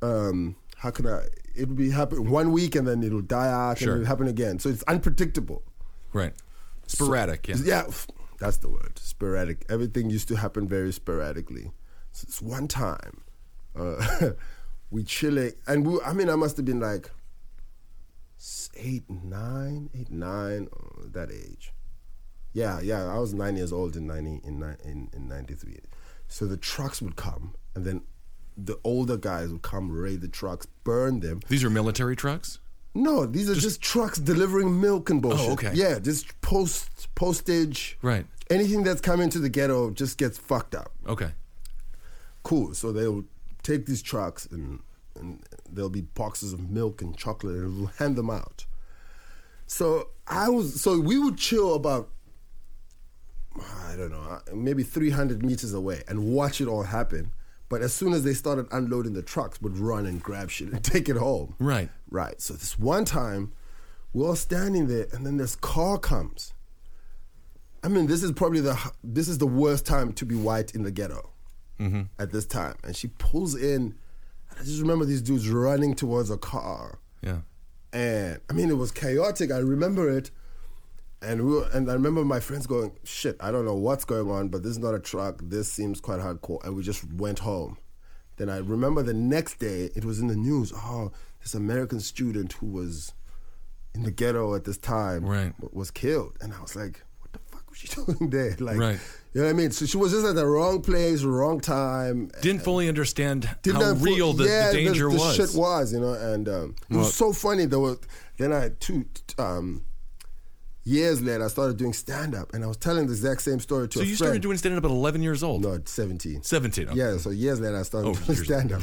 Speaker 4: um, how can I? It would be happen one week and then it'll die out
Speaker 3: Sure.
Speaker 4: and it'll happen again. So it's unpredictable.
Speaker 3: Right. Sporadic. yeah.
Speaker 4: Yeah, f- that's the word. Sporadic. Everything used to happen very sporadically. So it's one time, uh, we chilling, and we, I mean, I must have been like s- eight, nine, eight, nine, uh, that age. Yeah, yeah. I was nine years old in ninety in ni- in, in ninety three. So the trucks would come, and then the older guys would come, raid the trucks, burn them.
Speaker 3: These are military trucks.
Speaker 4: No, these are just, trucks delivering milk and bullshit.
Speaker 3: Oh, okay.
Speaker 4: Yeah, just post postage.
Speaker 3: Right.
Speaker 4: Anything that's come into the ghetto just gets fucked up.
Speaker 3: Okay.
Speaker 4: Cool. So they'll take these trucks and and there'll be boxes of milk and chocolate and we'll hand them out. So I was so we would chill about I don't know uh, maybe 300 meters away and watch it all happen. But as soon as they started unloading the trucks, would run and grab shit and take it home.
Speaker 3: Right.
Speaker 4: Right. So this one time, we're all standing there, and then this car comes. I mean, this is probably the h- this is the worst time to be white in the ghetto at this time. And she pulls in, and I just remember these dudes running towards a car,
Speaker 3: Yeah.
Speaker 4: and Uh, I mean, it was chaotic. I remember it, and we were, and I remember my friends going, "Shit, I don't know what's going on, but this is not a truck. This seems quite hardcore." And we just went home. Then I remember the next day, it was in the news. Oh, this American student who was in the ghetto at this time
Speaker 3: Right.
Speaker 4: w- was killed, and I was like, "What the fuck was she doing there?" Like,
Speaker 3: Right.
Speaker 4: you know what I mean? So she was just at the wrong place, wrong time.
Speaker 3: Didn't fully understand
Speaker 4: Uh, Didn't
Speaker 3: how
Speaker 4: have fu-
Speaker 3: real the,
Speaker 4: yeah,
Speaker 3: the danger
Speaker 4: the,
Speaker 3: was.
Speaker 4: shit was, you know, and um, it was so funny. There was then I two t- um, years later I started doing stand up, and I was telling the exact same story to
Speaker 3: so
Speaker 4: a
Speaker 3: you
Speaker 4: friend.
Speaker 3: started doing stand up at 11 years old.
Speaker 4: no at seventeen.
Speaker 3: 17. okay.
Speaker 4: Yeah, so years later I started
Speaker 3: Oh,
Speaker 4: doing
Speaker 3: years
Speaker 4: stand up.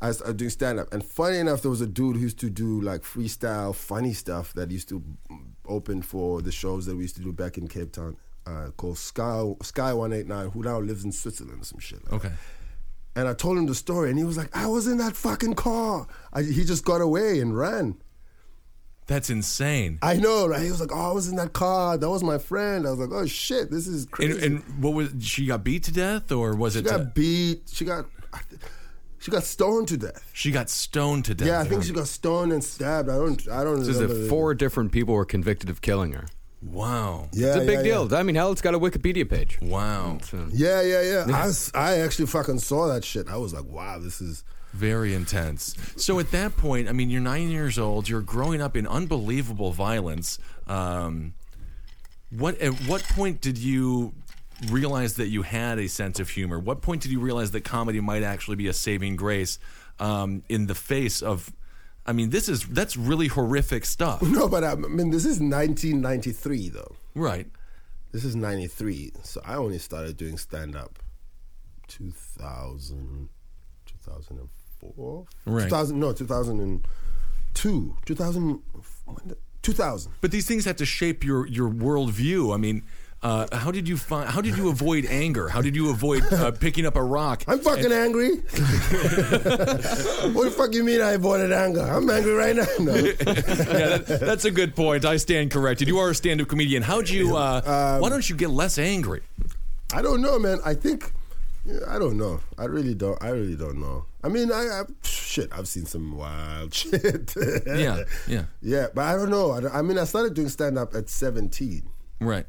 Speaker 4: I started doing stand up, and funny enough, there was a dude who used to do like freestyle, funny stuff that used to open for the shows that we used to do back in Cape Town, uh, called Sky Sky One Eight Nine, who now lives in Switzerland or some shit. Like that.
Speaker 3: Okay.
Speaker 4: And I told him the story, and he was like, "I was in that fucking car. I, he just got away and ran."
Speaker 3: That's insane.
Speaker 4: I know, right? He was like, "Oh, I was in that car. That was my friend." I was like, "Oh shit, this is crazy."
Speaker 3: And, and what was she got beat to death or was
Speaker 4: she
Speaker 3: it?
Speaker 4: got beat. She got. I th- She got stoned to death.
Speaker 3: She got stoned to death.
Speaker 4: Yeah, I think she got stoned and stabbed. I don't. I don't.
Speaker 5: This is
Speaker 4: remember
Speaker 5: that
Speaker 4: the-
Speaker 5: four different people were convicted of killing her.
Speaker 3: Wow.
Speaker 4: Yeah,
Speaker 5: It's a big
Speaker 4: yeah,
Speaker 5: deal. I mean, hell, it's got a Wikipedia page.
Speaker 3: Wow.
Speaker 4: Yeah, yeah, yeah. yeah. I, s- I actually fucking saw that shit. I was like, wow, this is.
Speaker 3: Very intense. So at that point, I mean, you're nine years old. You're growing up in unbelievable violence. Um, what at what point did you realize that you had a sense of humor? What point did you realize that comedy might actually be a saving grace um, in the face of? I mean, this is that's really horrific stuff,
Speaker 4: No, but I, I mean, this is 1993 though.
Speaker 3: right?
Speaker 4: This is 93. So I only started doing stand up 2000, 2004?
Speaker 3: Right.
Speaker 4: 2000, no, 2002. 2000, when the- 2000.
Speaker 3: But these things have to shape your your worldview. I mean. Uh, how did you find? How did you avoid anger? How did you avoid uh, picking up a rock?
Speaker 4: I'm fucking angry. what the fuck you mean I avoided anger? I'm angry right now. No.
Speaker 3: yeah, that, that's a good point. I stand corrected. You are a stand-up comedian. How'd you? Uh, why don't you get less angry?
Speaker 4: I don't know, man. I think yeah, I don't know. I really don't. I really don't know. I mean, I, I shit. I've seen some wild shit.
Speaker 3: Yeah, yeah,
Speaker 4: yeah. But I don't know. I, don't- I mean, I started doing stand up at seventeen.
Speaker 3: right.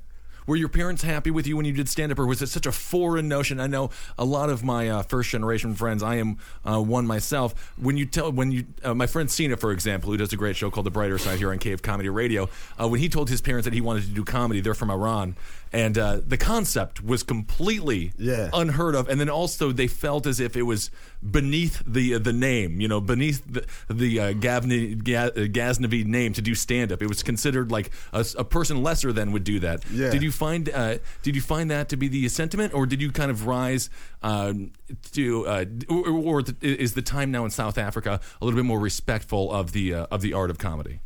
Speaker 3: Were your parents happy with you when you did stand-up, or was it such a foreign notion? I know a lot of my uh, first-generation friends. I am uh, one myself. When you tell, when you, uh, my friend Cena, for example, who does a great show called The Brighter Side here on Cave Comedy Radio, uh, when he told his parents that he wanted to do comedy, they're from Iran, and uh, the concept was completely
Speaker 4: Yeah.
Speaker 3: un- unheard of, and then also they felt as if it was beneath the the name, you know, beneath the the uh, Gavni, Ga, uh, Gaznavi name to do stand up. It was considered like a, s- a person lesser than would do that.
Speaker 4: Yeah.
Speaker 3: Did you find uh, did you find that to be the sentiment, or did you kind of rise um, to, uh, d- or, or th- is the time now in South Africa a little bit more respectful of the uh, of the art of comedy?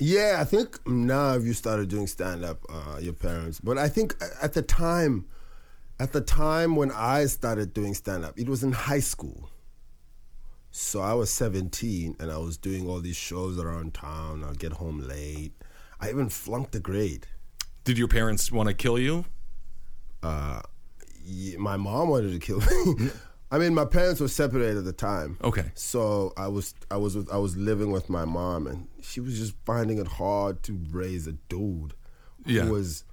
Speaker 4: Yeah, I think now if you started doing stand up, uh, your parents. But I think a- at the time, at the time when I started doing stand up, it was in high school. So I was 17 and I was doing all these shows around town. I'd get home late. I even flunked the grade.
Speaker 3: Did your parents want to kill you?
Speaker 4: Ye- My mom wanted to kill me. I mean, my parents were separated at the time.
Speaker 3: Okay.
Speaker 4: So I was I was with, I was living with my mom, and she was just finding it hard to raise a dude who
Speaker 3: Yeah.
Speaker 4: was,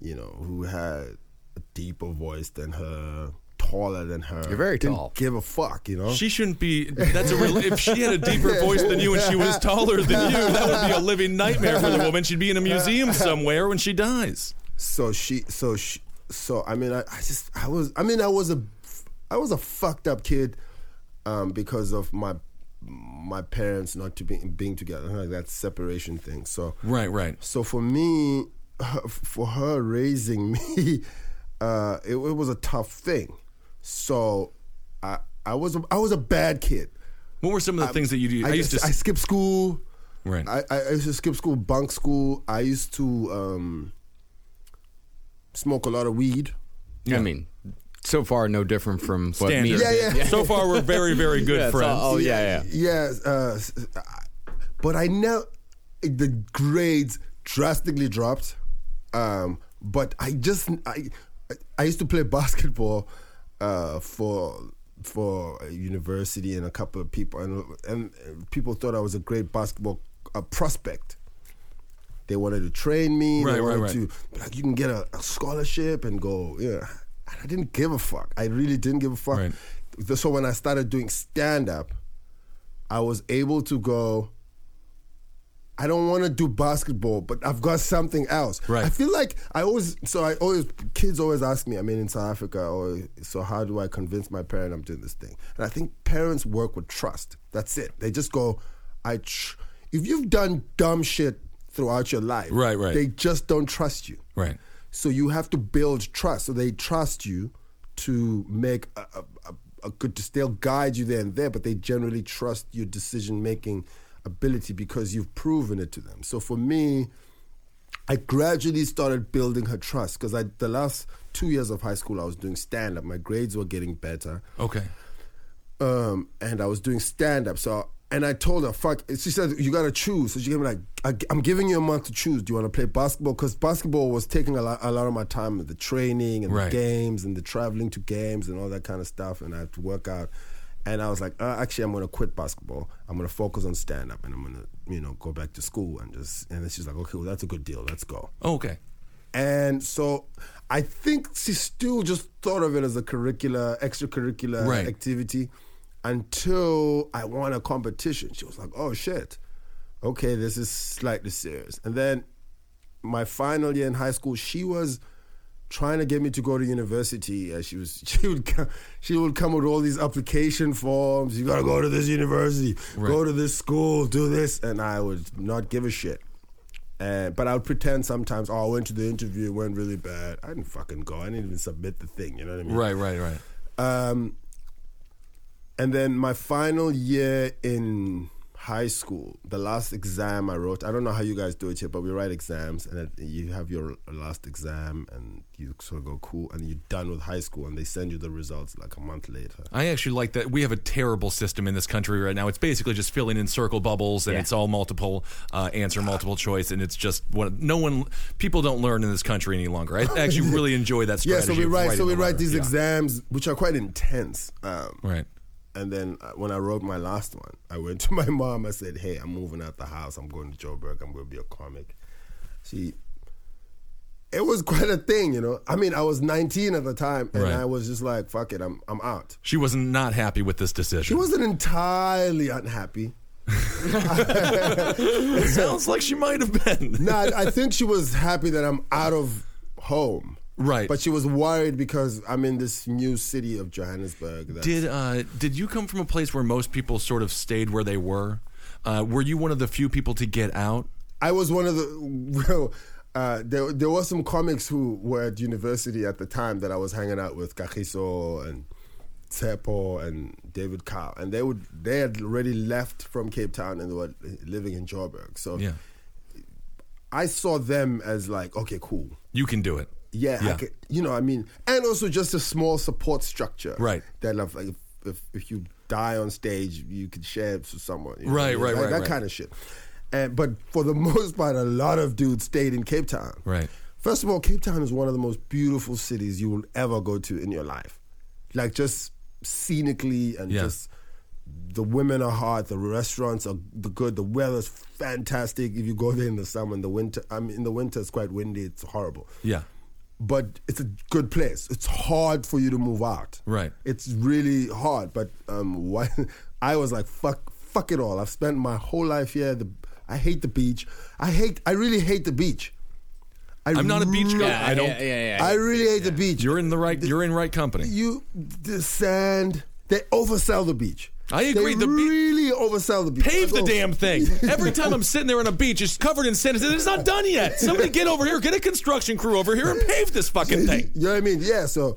Speaker 4: you know, who had a deeper voice than her, taller than her.
Speaker 5: You're very
Speaker 4: didn't
Speaker 5: tall.
Speaker 4: Give a fuck, you know.
Speaker 3: She shouldn't be. That's a. Rel- if she had a deeper voice than you and she was taller than you, that would be a living nightmare for the woman. She'd be in a museum somewhere when she dies.
Speaker 4: so she so she so I mean I, I just I was I mean I was a I was a fucked up kid um, because of my my parents not to be being together like that separation thing. So
Speaker 3: Right, right.
Speaker 4: So for me, her- for her raising me, uh, it, it was a tough thing. So I I was a, I was a bad kid.
Speaker 3: What were some of the things that you do? I, used to.
Speaker 4: I skipped school.
Speaker 3: right.
Speaker 4: I, I I used to skip school, bunk school. I used to um, smoke a lot of weed.
Speaker 5: I mean, so far, no different from what me.
Speaker 3: Standard.
Speaker 4: Yeah, yeah.
Speaker 3: So far, we're very, very good
Speaker 5: Yeah, it's all-
Speaker 3: friends.
Speaker 5: oh, yeah, yeah.
Speaker 4: Yeah, uh, s- I- but I know the grades drastically dropped. Um, but I just I I used to play basketball uh, for for a university and a couple of people, and and people thought I was a great basketball uh, prospect. They wanted to train me.
Speaker 3: Right,
Speaker 4: they
Speaker 3: right,
Speaker 4: wanted
Speaker 3: right.
Speaker 4: To, like you can get a, a scholarship and go. Yeah, And I didn't give a fuck. I really didn't give a fuck.
Speaker 3: Right.
Speaker 4: The- So when I started doing stand up, I was able to go. I don't want to do basketball, but I've got something else.
Speaker 3: Right.
Speaker 4: I feel like I always. So I always. Kids always ask me. I mean, in South Africa, or so how do I convince my parent I'm doing this thing? And I think parents work with trust. That's it. They just go. I. Tr- if you've done dumb shit throughout your life,
Speaker 3: Right, right.
Speaker 4: They just don't trust you.
Speaker 3: Right.
Speaker 4: So you have to build trust. So they trust you to make a, a, a, a good. They'll guide you there and there, but they generally trust your decision making ability because you've proven it to them. So for me, I gradually started building her trust because I the last two years of high school I was doing stand up. My grades were getting better
Speaker 3: Okay.
Speaker 4: um, and I was doing stand up. So, and I told her, fuck, she said, you gotta choose. So she gave me like, I, I'm giving you a month to choose. Do you wanna play basketball? Because basketball was taking a lot, a lot of my time with the training and
Speaker 3: Right.
Speaker 4: the games and the traveling to games and all that kind of stuff. And I had to work out. And I was like, uh, actually, I'm going to quit basketball. I'm going to focus on stand up, and I'm going to, you know, go back to school and just. And then she's like, okay, well, that's a good deal. Let's go.
Speaker 3: Oh, okay.
Speaker 4: And so I think she still just thought of it as a curricular, extracurricular
Speaker 3: Right.
Speaker 4: activity until I won a competition. She was like, oh shit, okay, this is slightly serious. And then my final year in high school, she was trying to get me to go to university. Uh, she was she would come, she would come with all these application forms. You gotta go to this university, go to this school, do this, and I would not give a shit. And, but I would pretend sometimes, oh, I went to the interview, it went really bad. I didn't fucking go. I didn't even submit the thing. You know what I mean?
Speaker 3: Right, right, right.
Speaker 4: Um, and then my final year in high school, the last exam I wrote, I don't know how you guys do it here, but we write exams and then you have your last exam and you sort of go cool and you're done with high school and they send you the results like a month later.
Speaker 3: I actually like that. We have a terrible system in this country right now. It's basically just filling in circle bubbles, and it's all multiple uh, answer, multiple choice, and it's just one. No one, people don't learn in this country any longer. I actually really enjoy that
Speaker 4: Yeah,
Speaker 3: strategy.
Speaker 4: so we
Speaker 3: of
Speaker 4: write so
Speaker 3: writing
Speaker 4: we
Speaker 3: the
Speaker 4: write
Speaker 3: letter.
Speaker 4: these
Speaker 3: Yeah.
Speaker 4: exams which are quite intense. Um,
Speaker 3: Right.
Speaker 4: And then uh, when I wrote my last one, I went to my mom. I said, "Hey, I'm moving out the house. I'm going to Joburg. I'm going to be a comic." She, it was quite a thing, you know. I mean, I was 19 at the time, and
Speaker 3: Right.
Speaker 4: I was just like, "Fuck it, I'm I'm out."
Speaker 3: She was not happy with this decision.
Speaker 4: She wasn't entirely unhappy.
Speaker 3: It sounds like she might have been.
Speaker 4: No, I, I think she was happy that I'm out of home.
Speaker 3: Right.
Speaker 4: But she was worried because I'm in this new city of Johannesburg. that's-
Speaker 3: Did uh, did you come from a place where most people sort of stayed where they were? Uh, were you one of the few people to get out?
Speaker 4: I was one of the well. Uh, there, there were some comics who were at university at the time that I was hanging out with Kakiso and Tsepo and David Cow, and they would they had already left from Cape Town and they were living in Joburg. So
Speaker 3: Yeah,
Speaker 4: I saw them as like, okay, cool,
Speaker 3: you can do it.
Speaker 4: yeah, I
Speaker 3: Yeah.
Speaker 4: could, you know, I mean, and also just a small support structure,
Speaker 3: Right.
Speaker 4: That of, like, if, if if you die on stage, you could share it with someone, you
Speaker 3: Right,
Speaker 4: what I
Speaker 3: right,
Speaker 4: mean? Like
Speaker 3: right,
Speaker 4: that
Speaker 3: right.
Speaker 4: kind of shit. And but for the most part, a lot of dudes stayed in Cape Town,
Speaker 3: Right.
Speaker 4: First of all, Cape Town is one of the most beautiful cities you will ever go to in your life, like just scenically and
Speaker 3: Yeah.
Speaker 4: just the women are hot, the restaurants are the good, the weather's fantastic. If you go there in the summer, in the winter, I mean, in the winter it's quite windy, it's horrible
Speaker 3: Yeah,
Speaker 4: but it's a good place. It's hard for you to move out.
Speaker 3: Right.
Speaker 4: It's really hard. But um, why, I was like, fuck, fuck it all. I've spent my whole life here. The, I hate the beach. I hate. I really hate the beach. I
Speaker 3: I'm not a beach guy.
Speaker 4: really-
Speaker 3: I don't.
Speaker 5: Yeah, yeah, yeah.
Speaker 4: I really hate the beach.
Speaker 3: You're in the right. You're in right company.
Speaker 4: You the sand. They oversell the beach.
Speaker 3: I agree,
Speaker 4: They
Speaker 3: the beach-
Speaker 4: really oversell the beach.
Speaker 3: Pave the
Speaker 4: That's all.
Speaker 3: damn thing. Every time I'm sitting there on a beach, it's covered in sand. It's not done yet. Somebody get over here, get a construction crew over here, and pave this fucking thing.
Speaker 4: You know what I mean? Yeah. So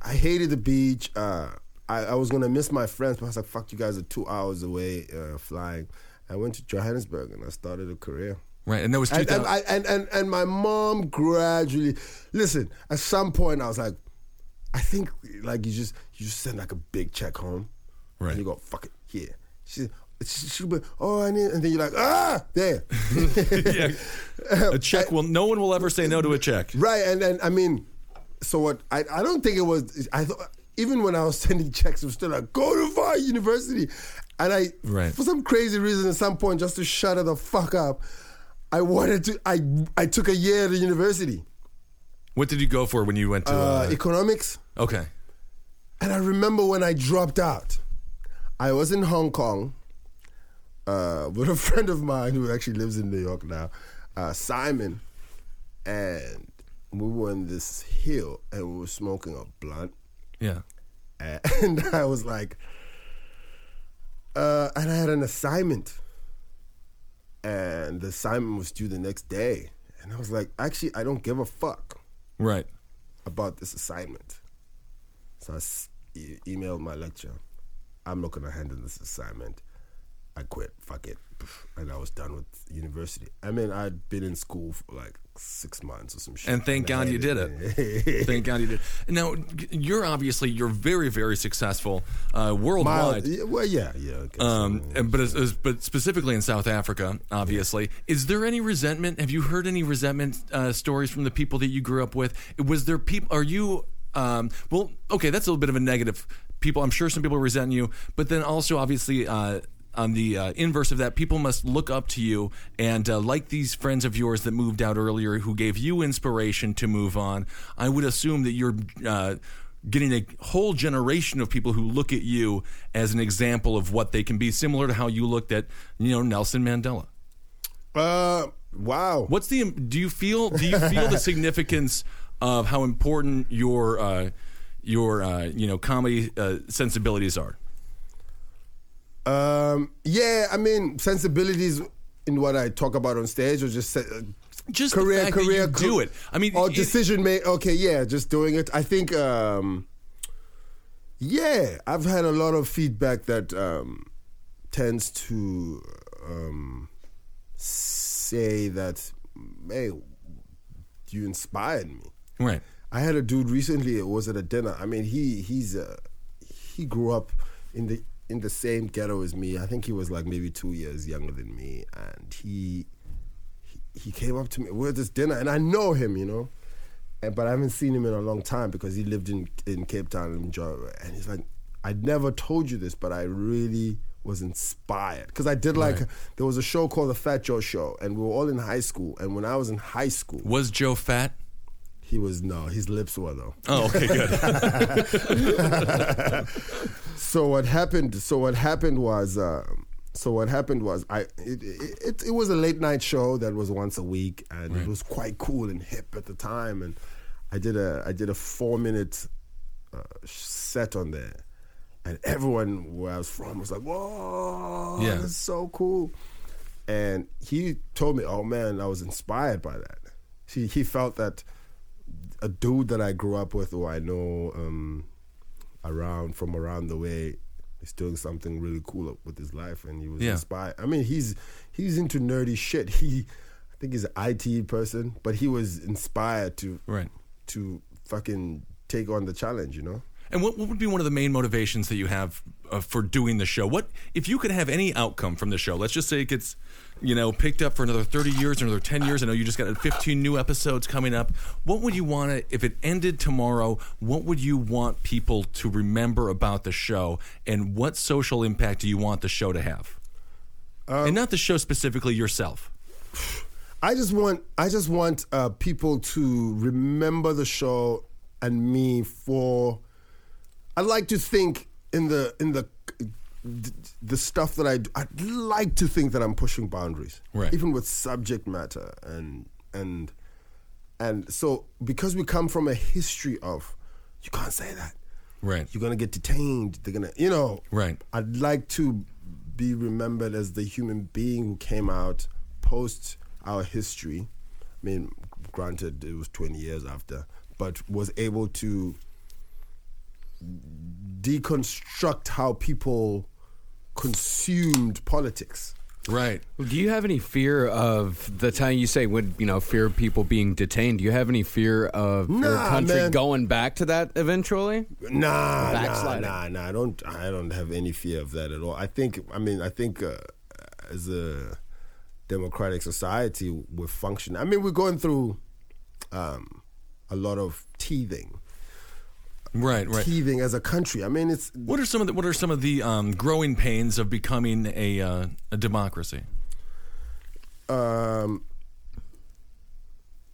Speaker 4: I hated the beach. Uh, I, I was gonna miss my friends, but I was like, "Fuck, you guys are two hours away uh, flying." I went to Johannesburg and I started a career.
Speaker 3: Right, and that was
Speaker 4: And, and,
Speaker 3: 2000.
Speaker 4: I, and, and and my mom gradually listen. At some point, I was like, I think like you just you just send like a big check home,
Speaker 3: Right.
Speaker 4: And you go fuck it here. She she she'll be oh I need and then you're like ah there.
Speaker 3: yeah. A check will. No one will ever say no to a check.
Speaker 4: Right, and and I mean, so what? I I don't think it was. I thought even when I was sending checks, it was still like go to Vine University, and I
Speaker 3: Right.
Speaker 4: for some crazy reason at some point just to shut her the fuck up, I wanted to. I I took a year at the university,
Speaker 3: What did you go for when you went to?
Speaker 4: uh,
Speaker 3: Uh,
Speaker 4: economics,
Speaker 3: okay.
Speaker 4: and I remember when I dropped out, I was in Hong Kong. uh, with a friend of mine who actually lives in New York now, uh, Simon, and we were in this hill and we were smoking a blunt,
Speaker 3: Yeah.
Speaker 4: and, I was like, uh, and I had an assignment, and the assignment was due the next day, and I was like, actually, I don't give a fuck
Speaker 3: Right.
Speaker 4: about this assignment. So I s- e- emailed my lecturer. I'm not going to handle this assignment. I quit. Fuck it. And I was done with university. I mean, I'd been in school for like six months or some shit.
Speaker 3: And thank
Speaker 4: I
Speaker 3: God you did
Speaker 4: hated
Speaker 3: it. thank God you did. Now you're obviously you're very very successful uh,
Speaker 4: Mild,
Speaker 3: worldwide.
Speaker 4: yeah, well, yeah, yeah. okay.
Speaker 3: Um, and- but as, as- but specifically in South Africa, obviously, is there any resentment? Have you heard any resentment uh, stories from the people that you grew up with? Was there people? Are you? Um, well, okay, that's a little bit of a negative people. I'm sure some people resent you, but then also obviously. Uh, on the uh, inverse of that, people must look up to you and uh, like these friends of yours that moved out earlier, who gave you inspiration to move on. I would assume that you're uh, getting a whole generation of people who look at you as an example of what they can be, similar to how you looked at, you know, Nelson Mandela.
Speaker 4: Uh, wow.
Speaker 3: What's the? Do you feel? Do you feel the significance of how important your uh, your uh, you know comedy uh, sensibilities are?
Speaker 4: Um, yeah, I mean sensibilities in what I talk about on stage, or just se- uh,
Speaker 3: Just the fact that you
Speaker 4: co-
Speaker 3: do it. I mean,
Speaker 4: or
Speaker 3: it-
Speaker 4: decision make. Okay, yeah, just doing it. I think, um, yeah, I've had a lot of feedback that um, tends to um, say that, hey, you inspired me.
Speaker 3: Right.
Speaker 4: I had a dude recently. It was at a dinner. I mean, he he's uh, he grew up in the in the same ghetto as me. I think he was like maybe two years younger than me, and he he, he came up to me. We're at this dinner, and I know him, you know, and, but I haven't seen him in a long time because he lived in in Cape Town in Joburg, and he's like, I never told you this, but I really was inspired because I did like there was a show called the Fat Joe Show, and we were all in high school, and when I was in high school,
Speaker 3: Was Joe fat?
Speaker 4: he was no, his lips were though.
Speaker 3: Oh, okay, good.
Speaker 4: so what happened so what happened was uh, so what happened was i it, it, it, it was a late night show that was once a week and it was quite cool and hip at the time and i did a i did a four minute uh, set on there and everyone where i was from was like whoa
Speaker 3: Yeah.
Speaker 4: this is so cool and he told me oh man i was inspired by that he, he felt that a dude that I grew up with or I know um, around from around the way is doing something really cool with his life and he was
Speaker 3: Yeah.
Speaker 4: inspired. I mean he's he's into nerdy shit. He I think he's an IT person, but he was inspired to
Speaker 3: Right.
Speaker 4: to fucking take on the challenge, you know?
Speaker 3: And what, what would be one of the main motivations that you have uh, for doing the show? What if you could have any outcome from the show? Let's just say it gets, you know, picked up for another thirty years, another ten years. I know you just got 15 new episodes coming up. What would you want to, if it ended tomorrow? What would you want people to remember about the show? And what social impact do you want the show to have? and not the show specifically, yourself.
Speaker 4: I just want I just want uh, people to remember the show and me for. I like to think in the in the the stuff that I do. I'd like to think that I'm pushing boundaries,
Speaker 3: Right.
Speaker 4: Even with subject matter and and and so because we come from a history of you can't say that
Speaker 3: Right.
Speaker 4: you're gonna get detained. They're gonna, you know.
Speaker 3: Right.
Speaker 4: I'd like to be remembered as the human being who came out post our history. I mean, granted, it was 20 years after, but was able to deconstruct how people consumed politics.
Speaker 3: Right.
Speaker 5: Do you have any fear of the time you say would you know fear of people being detained? Do you have any fear of your
Speaker 4: Nah,
Speaker 5: country
Speaker 4: man.
Speaker 5: going back to that eventually?
Speaker 4: Nah, nah,
Speaker 5: Backsliding.
Speaker 4: nah, nah. I don't. I don't have any fear of that at all. I think. I mean, I think uh, as a democratic society, we're functioning. I mean, we're going through um, a lot of teething,
Speaker 3: Right. Right.
Speaker 4: teething as a country. I mean, it's
Speaker 3: What are some of the, what are some of the um, growing pains of becoming a uh, a democracy?
Speaker 4: um,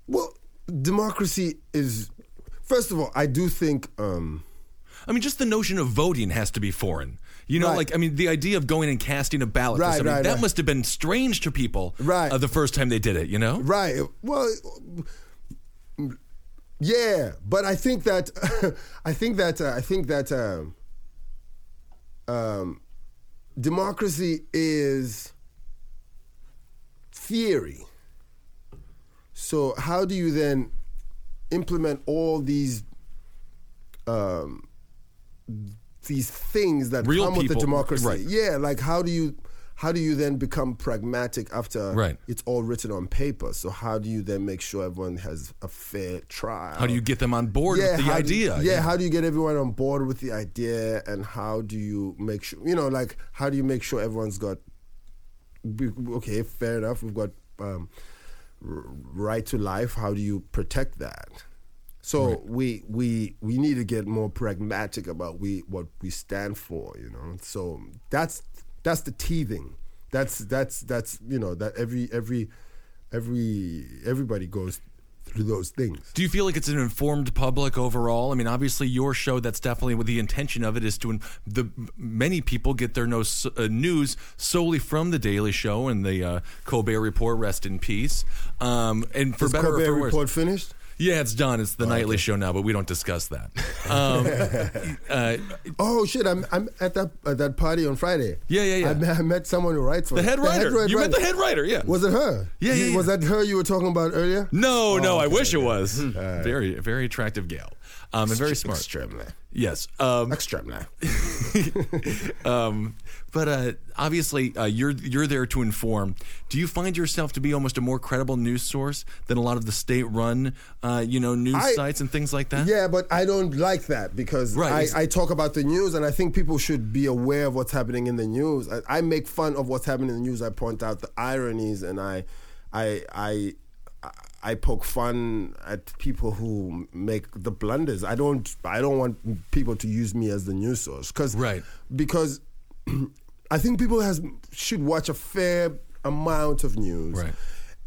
Speaker 4: well, democracy is. First of all, I do think. Um,
Speaker 3: I mean, just the notion of voting has to be foreign. You know,
Speaker 4: Right.
Speaker 3: like I mean, the idea of going and casting a ballot for
Speaker 4: Right,
Speaker 3: somebody
Speaker 4: right,
Speaker 3: that
Speaker 4: right.
Speaker 3: must have been strange to people
Speaker 4: Right.
Speaker 3: uh, the first time they did it. You know,
Speaker 4: Right. Well, yeah, but I think that I think that uh, I think that um, um, democracy is theory. So how do you then implement all these um, these things that
Speaker 3: Real
Speaker 4: come with
Speaker 3: people,
Speaker 4: the democracy?
Speaker 3: right.
Speaker 4: Yeah, like how do you how do you then become pragmatic after
Speaker 3: Right.
Speaker 4: it's all written on paper? So how do you then make sure everyone has a fair trial?
Speaker 3: How do you get them on board with the
Speaker 4: how do you-
Speaker 3: idea?
Speaker 4: yeah, how do you get everyone on board with the idea, and how do you make sure you know, like, how do you make sure everyone's got? be- Okay, fair enough. We've got um, r- right to life. How do you protect that? So we we we need to get more pragmatic about we what we stand for, you know. So that's that's the teething. That's that's that's you know that every every every everybody goes through those things.
Speaker 3: Do you feel like it's an informed public overall? I mean, obviously, your show, that's definitely what the intention of it is to. The many people get their no, uh, news solely from the Daily Show and the uh, Colbert Report. Rest in peace. Um, and for
Speaker 4: Is
Speaker 3: better
Speaker 4: Colbert
Speaker 3: or for worse,
Speaker 4: report finished?
Speaker 3: yeah, it's done. It's the nightly show now, but we don't discuss that. Um, uh,
Speaker 4: Oh shit! I'm I'm at that at that party on Friday.
Speaker 3: Yeah, yeah, yeah.
Speaker 4: I met, I met someone who writes for
Speaker 3: the
Speaker 4: us.
Speaker 3: head writer. you met the head writer. Yeah.
Speaker 4: Was it her?
Speaker 3: Yeah,
Speaker 4: You-
Speaker 3: yeah,
Speaker 4: Was
Speaker 3: yeah.
Speaker 4: that her you were talking about earlier?
Speaker 3: no, no. I wish it was. Oh, Hmm. Very, very attractive gal. Um, and very smart.
Speaker 4: Extremely.
Speaker 3: Yes. Um,
Speaker 4: Extremely.
Speaker 3: um, but uh, obviously, uh, you're you're there to inform. Do you find yourself to be almost a more credible news source than a lot of the state-run, uh, you know, news
Speaker 4: I-
Speaker 3: sites and things like that?
Speaker 4: Yeah, but I don't like that because
Speaker 3: Right, it's-
Speaker 4: I, I talk about the news and I think people should be aware of what's happening in the news. I, I make fun of what's happening in the news. I point out the ironies and I, I, I. I poke fun at people who make the blunders. I don't. I don't want people to use me as the news source because
Speaker 3: Right.
Speaker 4: because I think people has should watch a fair amount of news,
Speaker 3: Right.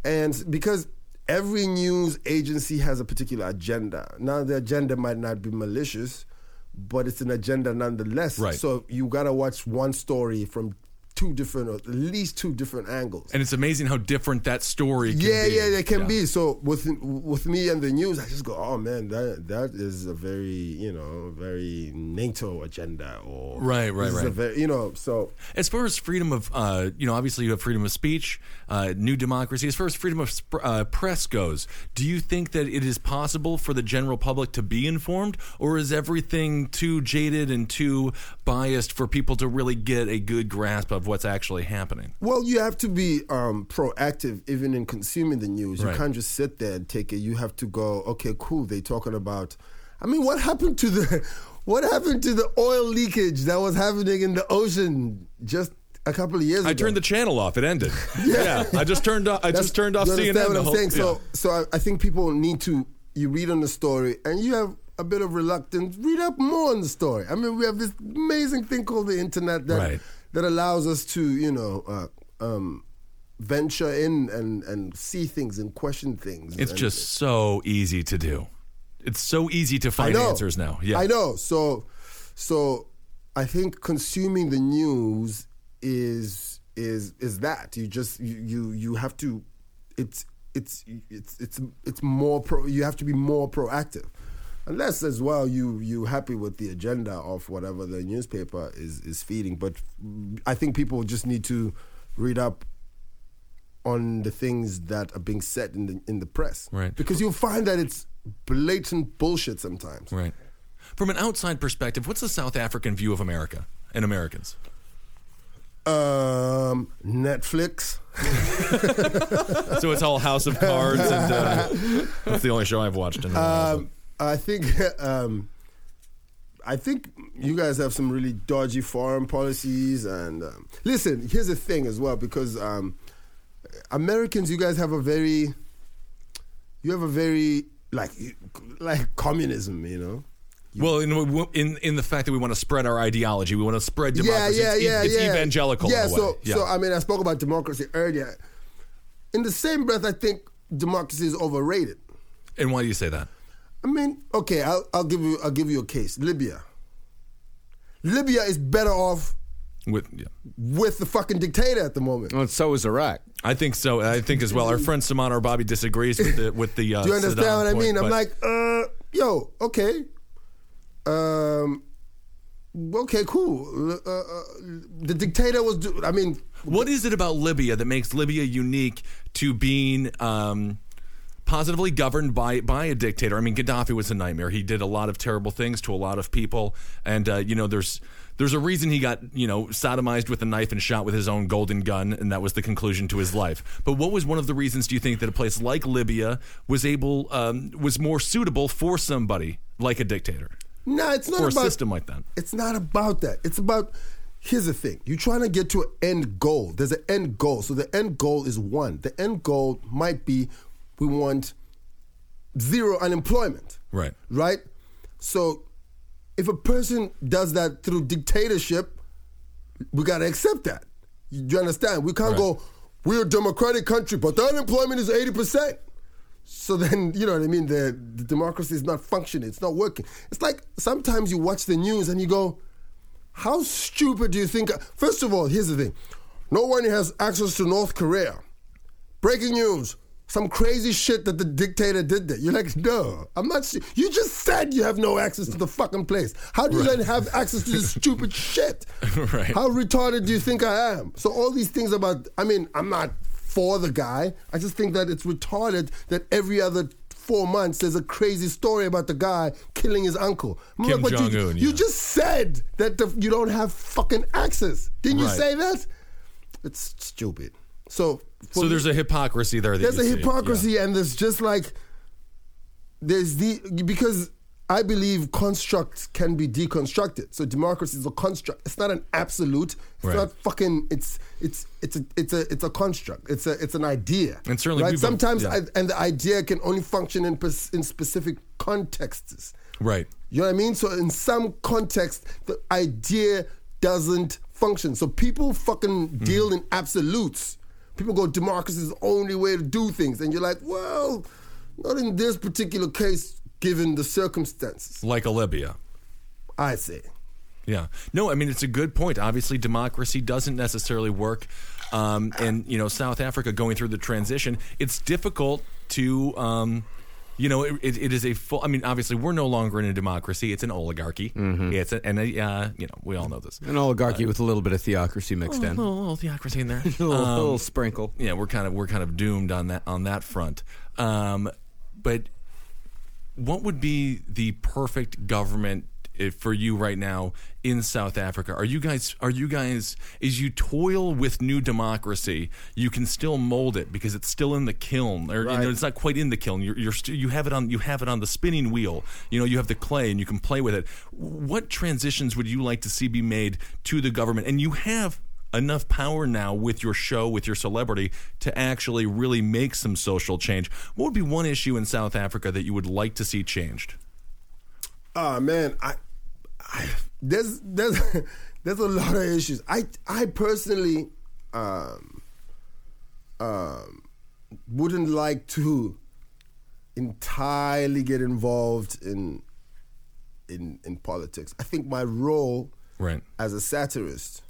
Speaker 4: And because every news agency has a particular agenda. Now the agenda might not be malicious, but it's an agenda nonetheless.
Speaker 3: Right.
Speaker 4: So you gotta watch one story from two different, or at least two different angles.
Speaker 3: And it's amazing how different that story. Can
Speaker 4: yeah,
Speaker 3: be.
Speaker 4: yeah, they can be. So with with me and the news, I just go, oh man, that that is a very you know very NATO agenda or
Speaker 3: Right, right,
Speaker 4: this is a
Speaker 3: right.
Speaker 4: very- you know, so
Speaker 3: As far as freedom of, uh, you know, obviously you have freedom of speech, uh, new democracy. As far as freedom of sp- uh, press goes, do you think that it is possible for the general public to be informed, or is everything too jaded and too biased for people to really get a good grasp of what's actually happening?
Speaker 4: Well, you have to be um, proactive even in consuming the news.
Speaker 3: Right.
Speaker 4: You can't just sit there and take it. You have to go, okay, cool, they talking about I mean, what happened to the what happened to the oil leakage that was happening in the ocean just a couple of years ago?
Speaker 3: I turned the channel off. It ended. yeah. I just turned off. I
Speaker 4: That's-
Speaker 3: just turned off
Speaker 4: you
Speaker 3: CNN.
Speaker 4: understand What
Speaker 3: the
Speaker 4: I'm
Speaker 3: whole-
Speaker 4: saying?
Speaker 3: yeah.
Speaker 4: So, so I, I think people need to. You read on the story, and you have a bit of reluctance. Read up more on the story. I mean, we have this amazing thing called the internet that
Speaker 3: Right.
Speaker 4: that allows us to, you know. Uh, um, venture in and and see things and question things
Speaker 3: it's
Speaker 4: And-
Speaker 3: just so easy to do. It's so easy to
Speaker 4: I
Speaker 3: find
Speaker 4: know.
Speaker 3: answers now. Yeah.
Speaker 4: I know. So, so I think consuming the news is is is that you just you you, you have to. It's it's it's it's it's more pro. You have to be more proactive. Unless as well you you happy with the agenda of whatever the newspaper is is feeding, but I think people just need to read up on the things that are being said in the in the press,
Speaker 3: Right.
Speaker 4: Because you'll find that it's blatant bullshit sometimes.
Speaker 3: Right. From an outside perspective, what's the South African view of America and Americans?
Speaker 4: Um, Netflix.
Speaker 3: so it's all House of Cards, and uh, that's the only show I've watched. In a while.
Speaker 4: Um, I think. Um, I think you guys have some really dodgy foreign policies. And um, listen, here's the thing as well, because um, Americans, you guys have a very, you have a very like like communism, you know.
Speaker 3: well, in, in in the fact that we want to spread our ideology, we want to spread democracy.
Speaker 4: Yeah, yeah,
Speaker 3: it's, e-
Speaker 4: yeah,
Speaker 3: it's
Speaker 4: yeah.
Speaker 3: evangelical.
Speaker 4: Yeah,
Speaker 3: in a way.
Speaker 4: so so I mean, I spoke about democracy earlier. In the same breath, I think democracy is overrated.
Speaker 3: and why do you say that?
Speaker 4: I mean, okay, I'll, I'll give you I'll give you a case. Libya. Libya is better off
Speaker 3: With yeah.
Speaker 4: with the fucking dictator at the moment.
Speaker 3: Oh,
Speaker 5: Well, so is Iraq.
Speaker 3: I think so. I think as well. Our friend Saman or Bobby disagrees with the with the. Uh,
Speaker 4: Do you understand
Speaker 3: Saddam
Speaker 4: what I
Speaker 3: point,
Speaker 4: mean? I'm
Speaker 3: but-
Speaker 4: like, uh, yo, okay, um, okay, cool. Uh, uh, the dictator was. Do- I mean,
Speaker 3: What is it about Libya that makes Libya unique to being um, positively governed by by a dictator? I mean, Gaddafi was a nightmare. He did a lot of terrible things to a lot of people, and uh, you know, there's there's a reason he got you know sodomized with a knife and shot with his own golden gun, and that was the conclusion to his life. But what was one of the reasons? Do you think that a place like Libya was able um, was more suitable for somebody like a dictator
Speaker 4: no, it's not
Speaker 3: or a
Speaker 4: about
Speaker 3: system like that?
Speaker 4: It's not about that. It's about here's the thing. You're trying to get to an end goal. There's an end goal. So the end goal is one. The end goal might be we want zero unemployment.
Speaker 3: Right.
Speaker 4: Right? So if a person does that through dictatorship, we gotta accept that. You, you understand? We can't go, we're a democratic country, but the unemployment is 80%. So then, you know what I mean? The, the democracy is not functioning, it's not working. It's like sometimes you watch the news and you go, how stupid do you think? First of all, here's the thing no one has access to North Korea. Breaking news. Some crazy shit that the dictator did there. You're like, no, I'm not. stu- You just said you have no access to the fucking place. How do you then have access to this stupid shit?
Speaker 3: Right.
Speaker 4: How retarded do you think I am? So all these things about, I mean, I'm not for the guy. I just think that it's retarded that every other four months there's a crazy story about the guy killing his uncle. I'm
Speaker 3: Kim
Speaker 4: but you-
Speaker 3: Jong-un,
Speaker 4: You
Speaker 3: yeah.
Speaker 4: just said that the, you don't have fucking access. Didn't you
Speaker 3: Right.
Speaker 4: say that? It's stupid. So for
Speaker 3: So
Speaker 4: me-
Speaker 3: there's a hypocrisy there. That
Speaker 4: there's
Speaker 3: you
Speaker 4: a
Speaker 3: see, yeah.
Speaker 4: hypocrisy and there's just like there's the because I believe constructs can be deconstructed. So democracy is a construct. It's not an absolute. It's
Speaker 3: Right.
Speaker 4: not fucking. It's it's it's a it's a it's a construct. It's a it's an idea.
Speaker 3: And certainly
Speaker 4: right.
Speaker 3: we've-
Speaker 4: Sometimes
Speaker 3: yeah.
Speaker 4: I, and the idea can only function in pers- in specific contexts.
Speaker 3: Right.
Speaker 4: You know what I mean? So in some context, the idea doesn't function. So people fucking deal in absolutes. People go, democracy is the only way to do things. And you're like, well, not in this particular case, given the circumstances,
Speaker 3: Like a Libya.
Speaker 4: I say.
Speaker 3: Yeah. No, I mean it's a good point. Obviously, democracy doesn't necessarily work, um, and you know South Africa going through the transition, it's difficult to. Um, you know, it, it, it is a full. I mean, obviously, we're no longer in a democracy. It's an oligarchy. It's a, and a, uh, you know, we all know this.
Speaker 5: An oligarchy with a little bit of theocracy mixed in.
Speaker 3: A little, little theocracy in there.
Speaker 5: A little,
Speaker 3: Um,
Speaker 5: little sprinkle.
Speaker 3: yeah, we're kind of we're kind of doomed on that on that front. Um, but what would be the perfect government eh, for you right now in South Africa? Are you guys are you guys as you toil with new democracy, you can still mold it because it's still in the kiln, or you know,
Speaker 4: Right.
Speaker 3: it's not quite in the kiln. You're, you're st- you have it on you have it on the spinning wheel. You know, you have the clay and you can play with it. What transitions would you like to see be made to the government? And you have enough power now with your show, with your celebrity, to actually really make some social change. What would be one issue in South Africa that you would like to see changed?
Speaker 4: Ah man, I, I there's there's there's a lot of issues. I I personally um, um, wouldn't like to entirely get involved in in in politics. I think my role
Speaker 3: Right.
Speaker 4: as a satirist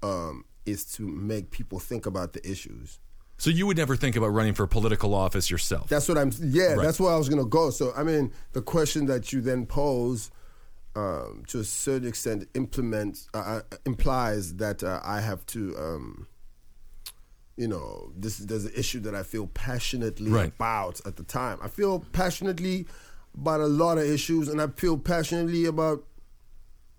Speaker 4: um, is to make people think about the issues.
Speaker 3: So you would never think about running for political office yourself.
Speaker 4: That's what I'm. Yeah,
Speaker 3: Right.
Speaker 4: that's where I was gonna go. So I mean, the question that you then pose, um, to a certain extent, implements uh, uh, implies that uh, I have to, um, you know, this there's an issue that I feel passionately
Speaker 3: Right.
Speaker 4: about at the time. I feel passionately about a lot of issues, and I feel passionately about.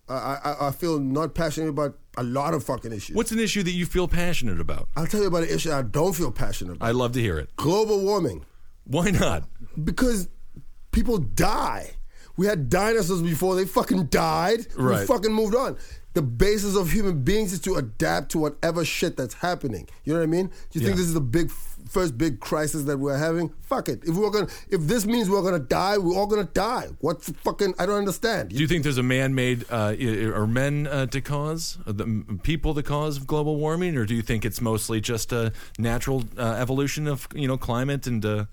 Speaker 4: I I, I feel not passionate about a lot of fucking issues.
Speaker 3: What's an issue that you feel passionate about?
Speaker 4: I'll tell you about an issue I don't feel passionate about.
Speaker 3: I'd love to hear it.
Speaker 4: Global warming
Speaker 3: Why not?
Speaker 4: because people die. We had dinosaurs before they fucking died. We
Speaker 3: Right.
Speaker 4: fucking moved on. The basis of human beings is to adapt to whatever shit that's happening. You know what I mean? Do you think
Speaker 3: Yeah.
Speaker 4: this is the big first big crisis that we're having? Fuck it. If we're gonna, if this means we're gonna die, we're all gonna die. What's the fucking? I don't understand.
Speaker 3: Do you think there's a man-made uh, i- or men uh, to cause uh, the m- people the cause of global warming, or do you think it's mostly just a natural uh, evolution of you know climate and uh,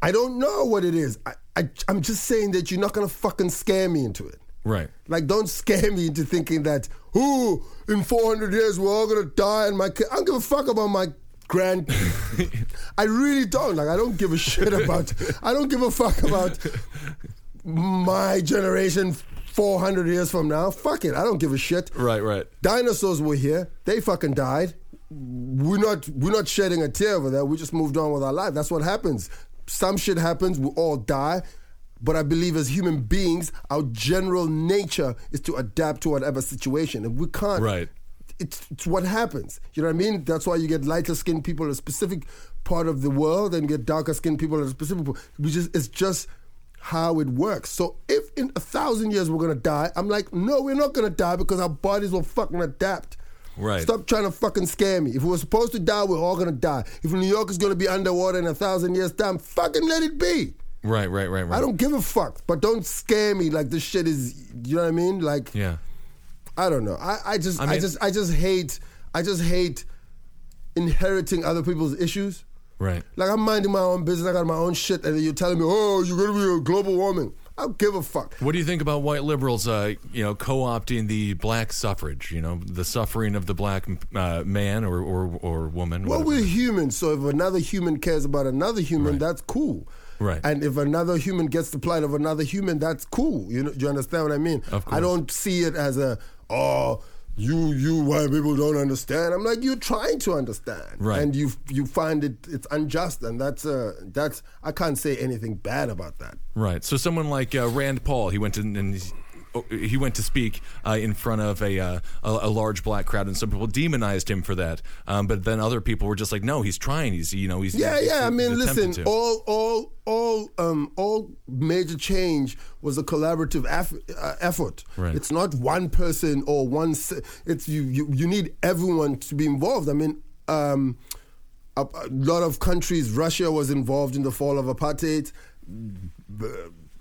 Speaker 4: I don't know what it is. I, I, I'm just saying that you're not gonna fucking scare me into it.
Speaker 3: right?
Speaker 4: Like, don't scare me into thinking that, ooh, in 400 years we're all gonna die and my kid. I don't give a fuck about my grand. I really don't. Like, I don't give a shit about. I don't give a fuck about my generation 400 years from now. Fuck it. I don't give a shit.
Speaker 3: Right, right.
Speaker 4: Dinosaurs were here. They fucking died. We're not we're not shedding a tear over that. We just moved on with our life. That's what happens. Some shit happens, we all die. But I believe as human beings, our general nature is to adapt to whatever situation. And we can't
Speaker 3: Right.
Speaker 4: it's, it's what happens. You know what I mean? That's why you get lighter skinned people in a specific part of the world and get darker skinned people in a specific part. We just it's just how it works. So if in a thousand years we're gonna die, I'm like, no, we're not gonna die because our bodies will fucking adapt.
Speaker 3: Right.
Speaker 4: Stop trying to fucking scare me. If we're supposed to die, we're all gonna die. If New York is gonna be underwater in a thousand years' time, fucking let it be.
Speaker 3: Right, right, right, right.
Speaker 4: I don't give a fuck, but don't scare me like this shit is. You know what I mean? Like,
Speaker 3: Yeah.
Speaker 4: I don't know. I, I just, I,
Speaker 3: I mean-
Speaker 4: just, I just hate, I just hate inheriting other people's issues.
Speaker 3: Right.
Speaker 4: Like I'm minding my own business, I got my own shit, and then you're telling me, oh, you're gonna be a global warming. I don't give a fuck.
Speaker 3: What do you think about white liberals, uh, you know, co-opting the black suffrage? You know, the suffering of the black uh, man or or, or woman.
Speaker 4: Well,
Speaker 3: whatever.
Speaker 4: we're human, so if another human cares about another human, that's cool.
Speaker 3: Right.
Speaker 4: And if another human gets the plight of another human, that's cool. You know, do you understand what I mean?
Speaker 3: Of course.
Speaker 4: I don't see it as a oh, you you white people don't understand. I'm like you're trying to understand,
Speaker 3: Right.
Speaker 4: And you you find it it's unjust, and that's uh that's I can't say anything bad about that.
Speaker 3: Right. So someone like uh, Rand Paul, he went to, and he's- oh, he went to speak uh, in front of a, uh, a a large black crowd, and some people demonized him for that. Um, but then other people were just like, "No, he's trying. He's you know he's
Speaker 4: Yeah,
Speaker 3: he's-
Speaker 4: yeah. I
Speaker 3: he's
Speaker 4: mean,
Speaker 3: attempting
Speaker 4: listen,
Speaker 3: to."
Speaker 4: all, all, all, um, all major change was a collaborative eff- uh, effort.
Speaker 3: Right.
Speaker 4: It's not one person or one. Se- it's you, you. You need everyone to be involved. I mean. Um, a, a lot of countries. Russia was involved in the fall of apartheid. B-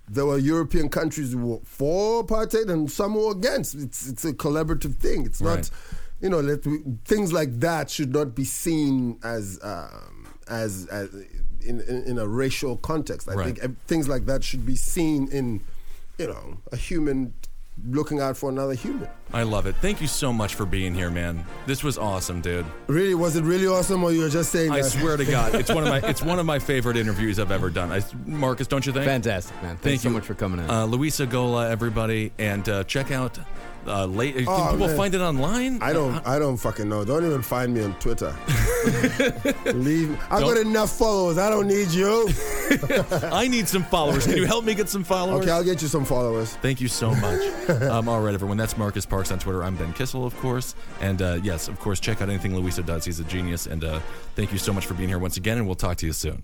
Speaker 4: There were European countries who were for apartheid and some were against. It's it's a collaborative thing. It's not,
Speaker 3: Right.
Speaker 4: you know, let we, things like that should not be seen as um, as, as in, in in a racial context. I
Speaker 3: Right.
Speaker 4: think ev- things like that should be seen in, you know, a human looking out for another human.
Speaker 3: I love it. Thank you so much for being here, man. This was awesome, dude.
Speaker 4: Really, was it really awesome, or you were just saying?
Speaker 3: I
Speaker 4: that?
Speaker 3: swear to God, it's one of my it's one of my favorite interviews I've ever done. I, Marcus, don't you think?
Speaker 5: Fantastic, man. Thanks
Speaker 3: Thank
Speaker 5: so
Speaker 3: you.
Speaker 5: much for coming in.
Speaker 3: Uh, Luisa Gola, everybody, and uh, check out uh, late. Can
Speaker 4: Oh,
Speaker 3: people
Speaker 4: man.
Speaker 3: find it online?
Speaker 4: I don't. I don't fucking know. Don't even find me on Twitter. Leave. I got enough followers. I don't need you.
Speaker 3: I need some followers. Can you help me get some followers?
Speaker 4: Okay, I'll get you some followers.
Speaker 3: Thank you so much. um, all right, everyone. That's Marcus Parks on Twitter. I'm Ben Kissel, of course. And uh, yes, of course, check out anything Luisa does. He's a genius. And uh, thank you so much for being here once again. And we'll talk to you soon.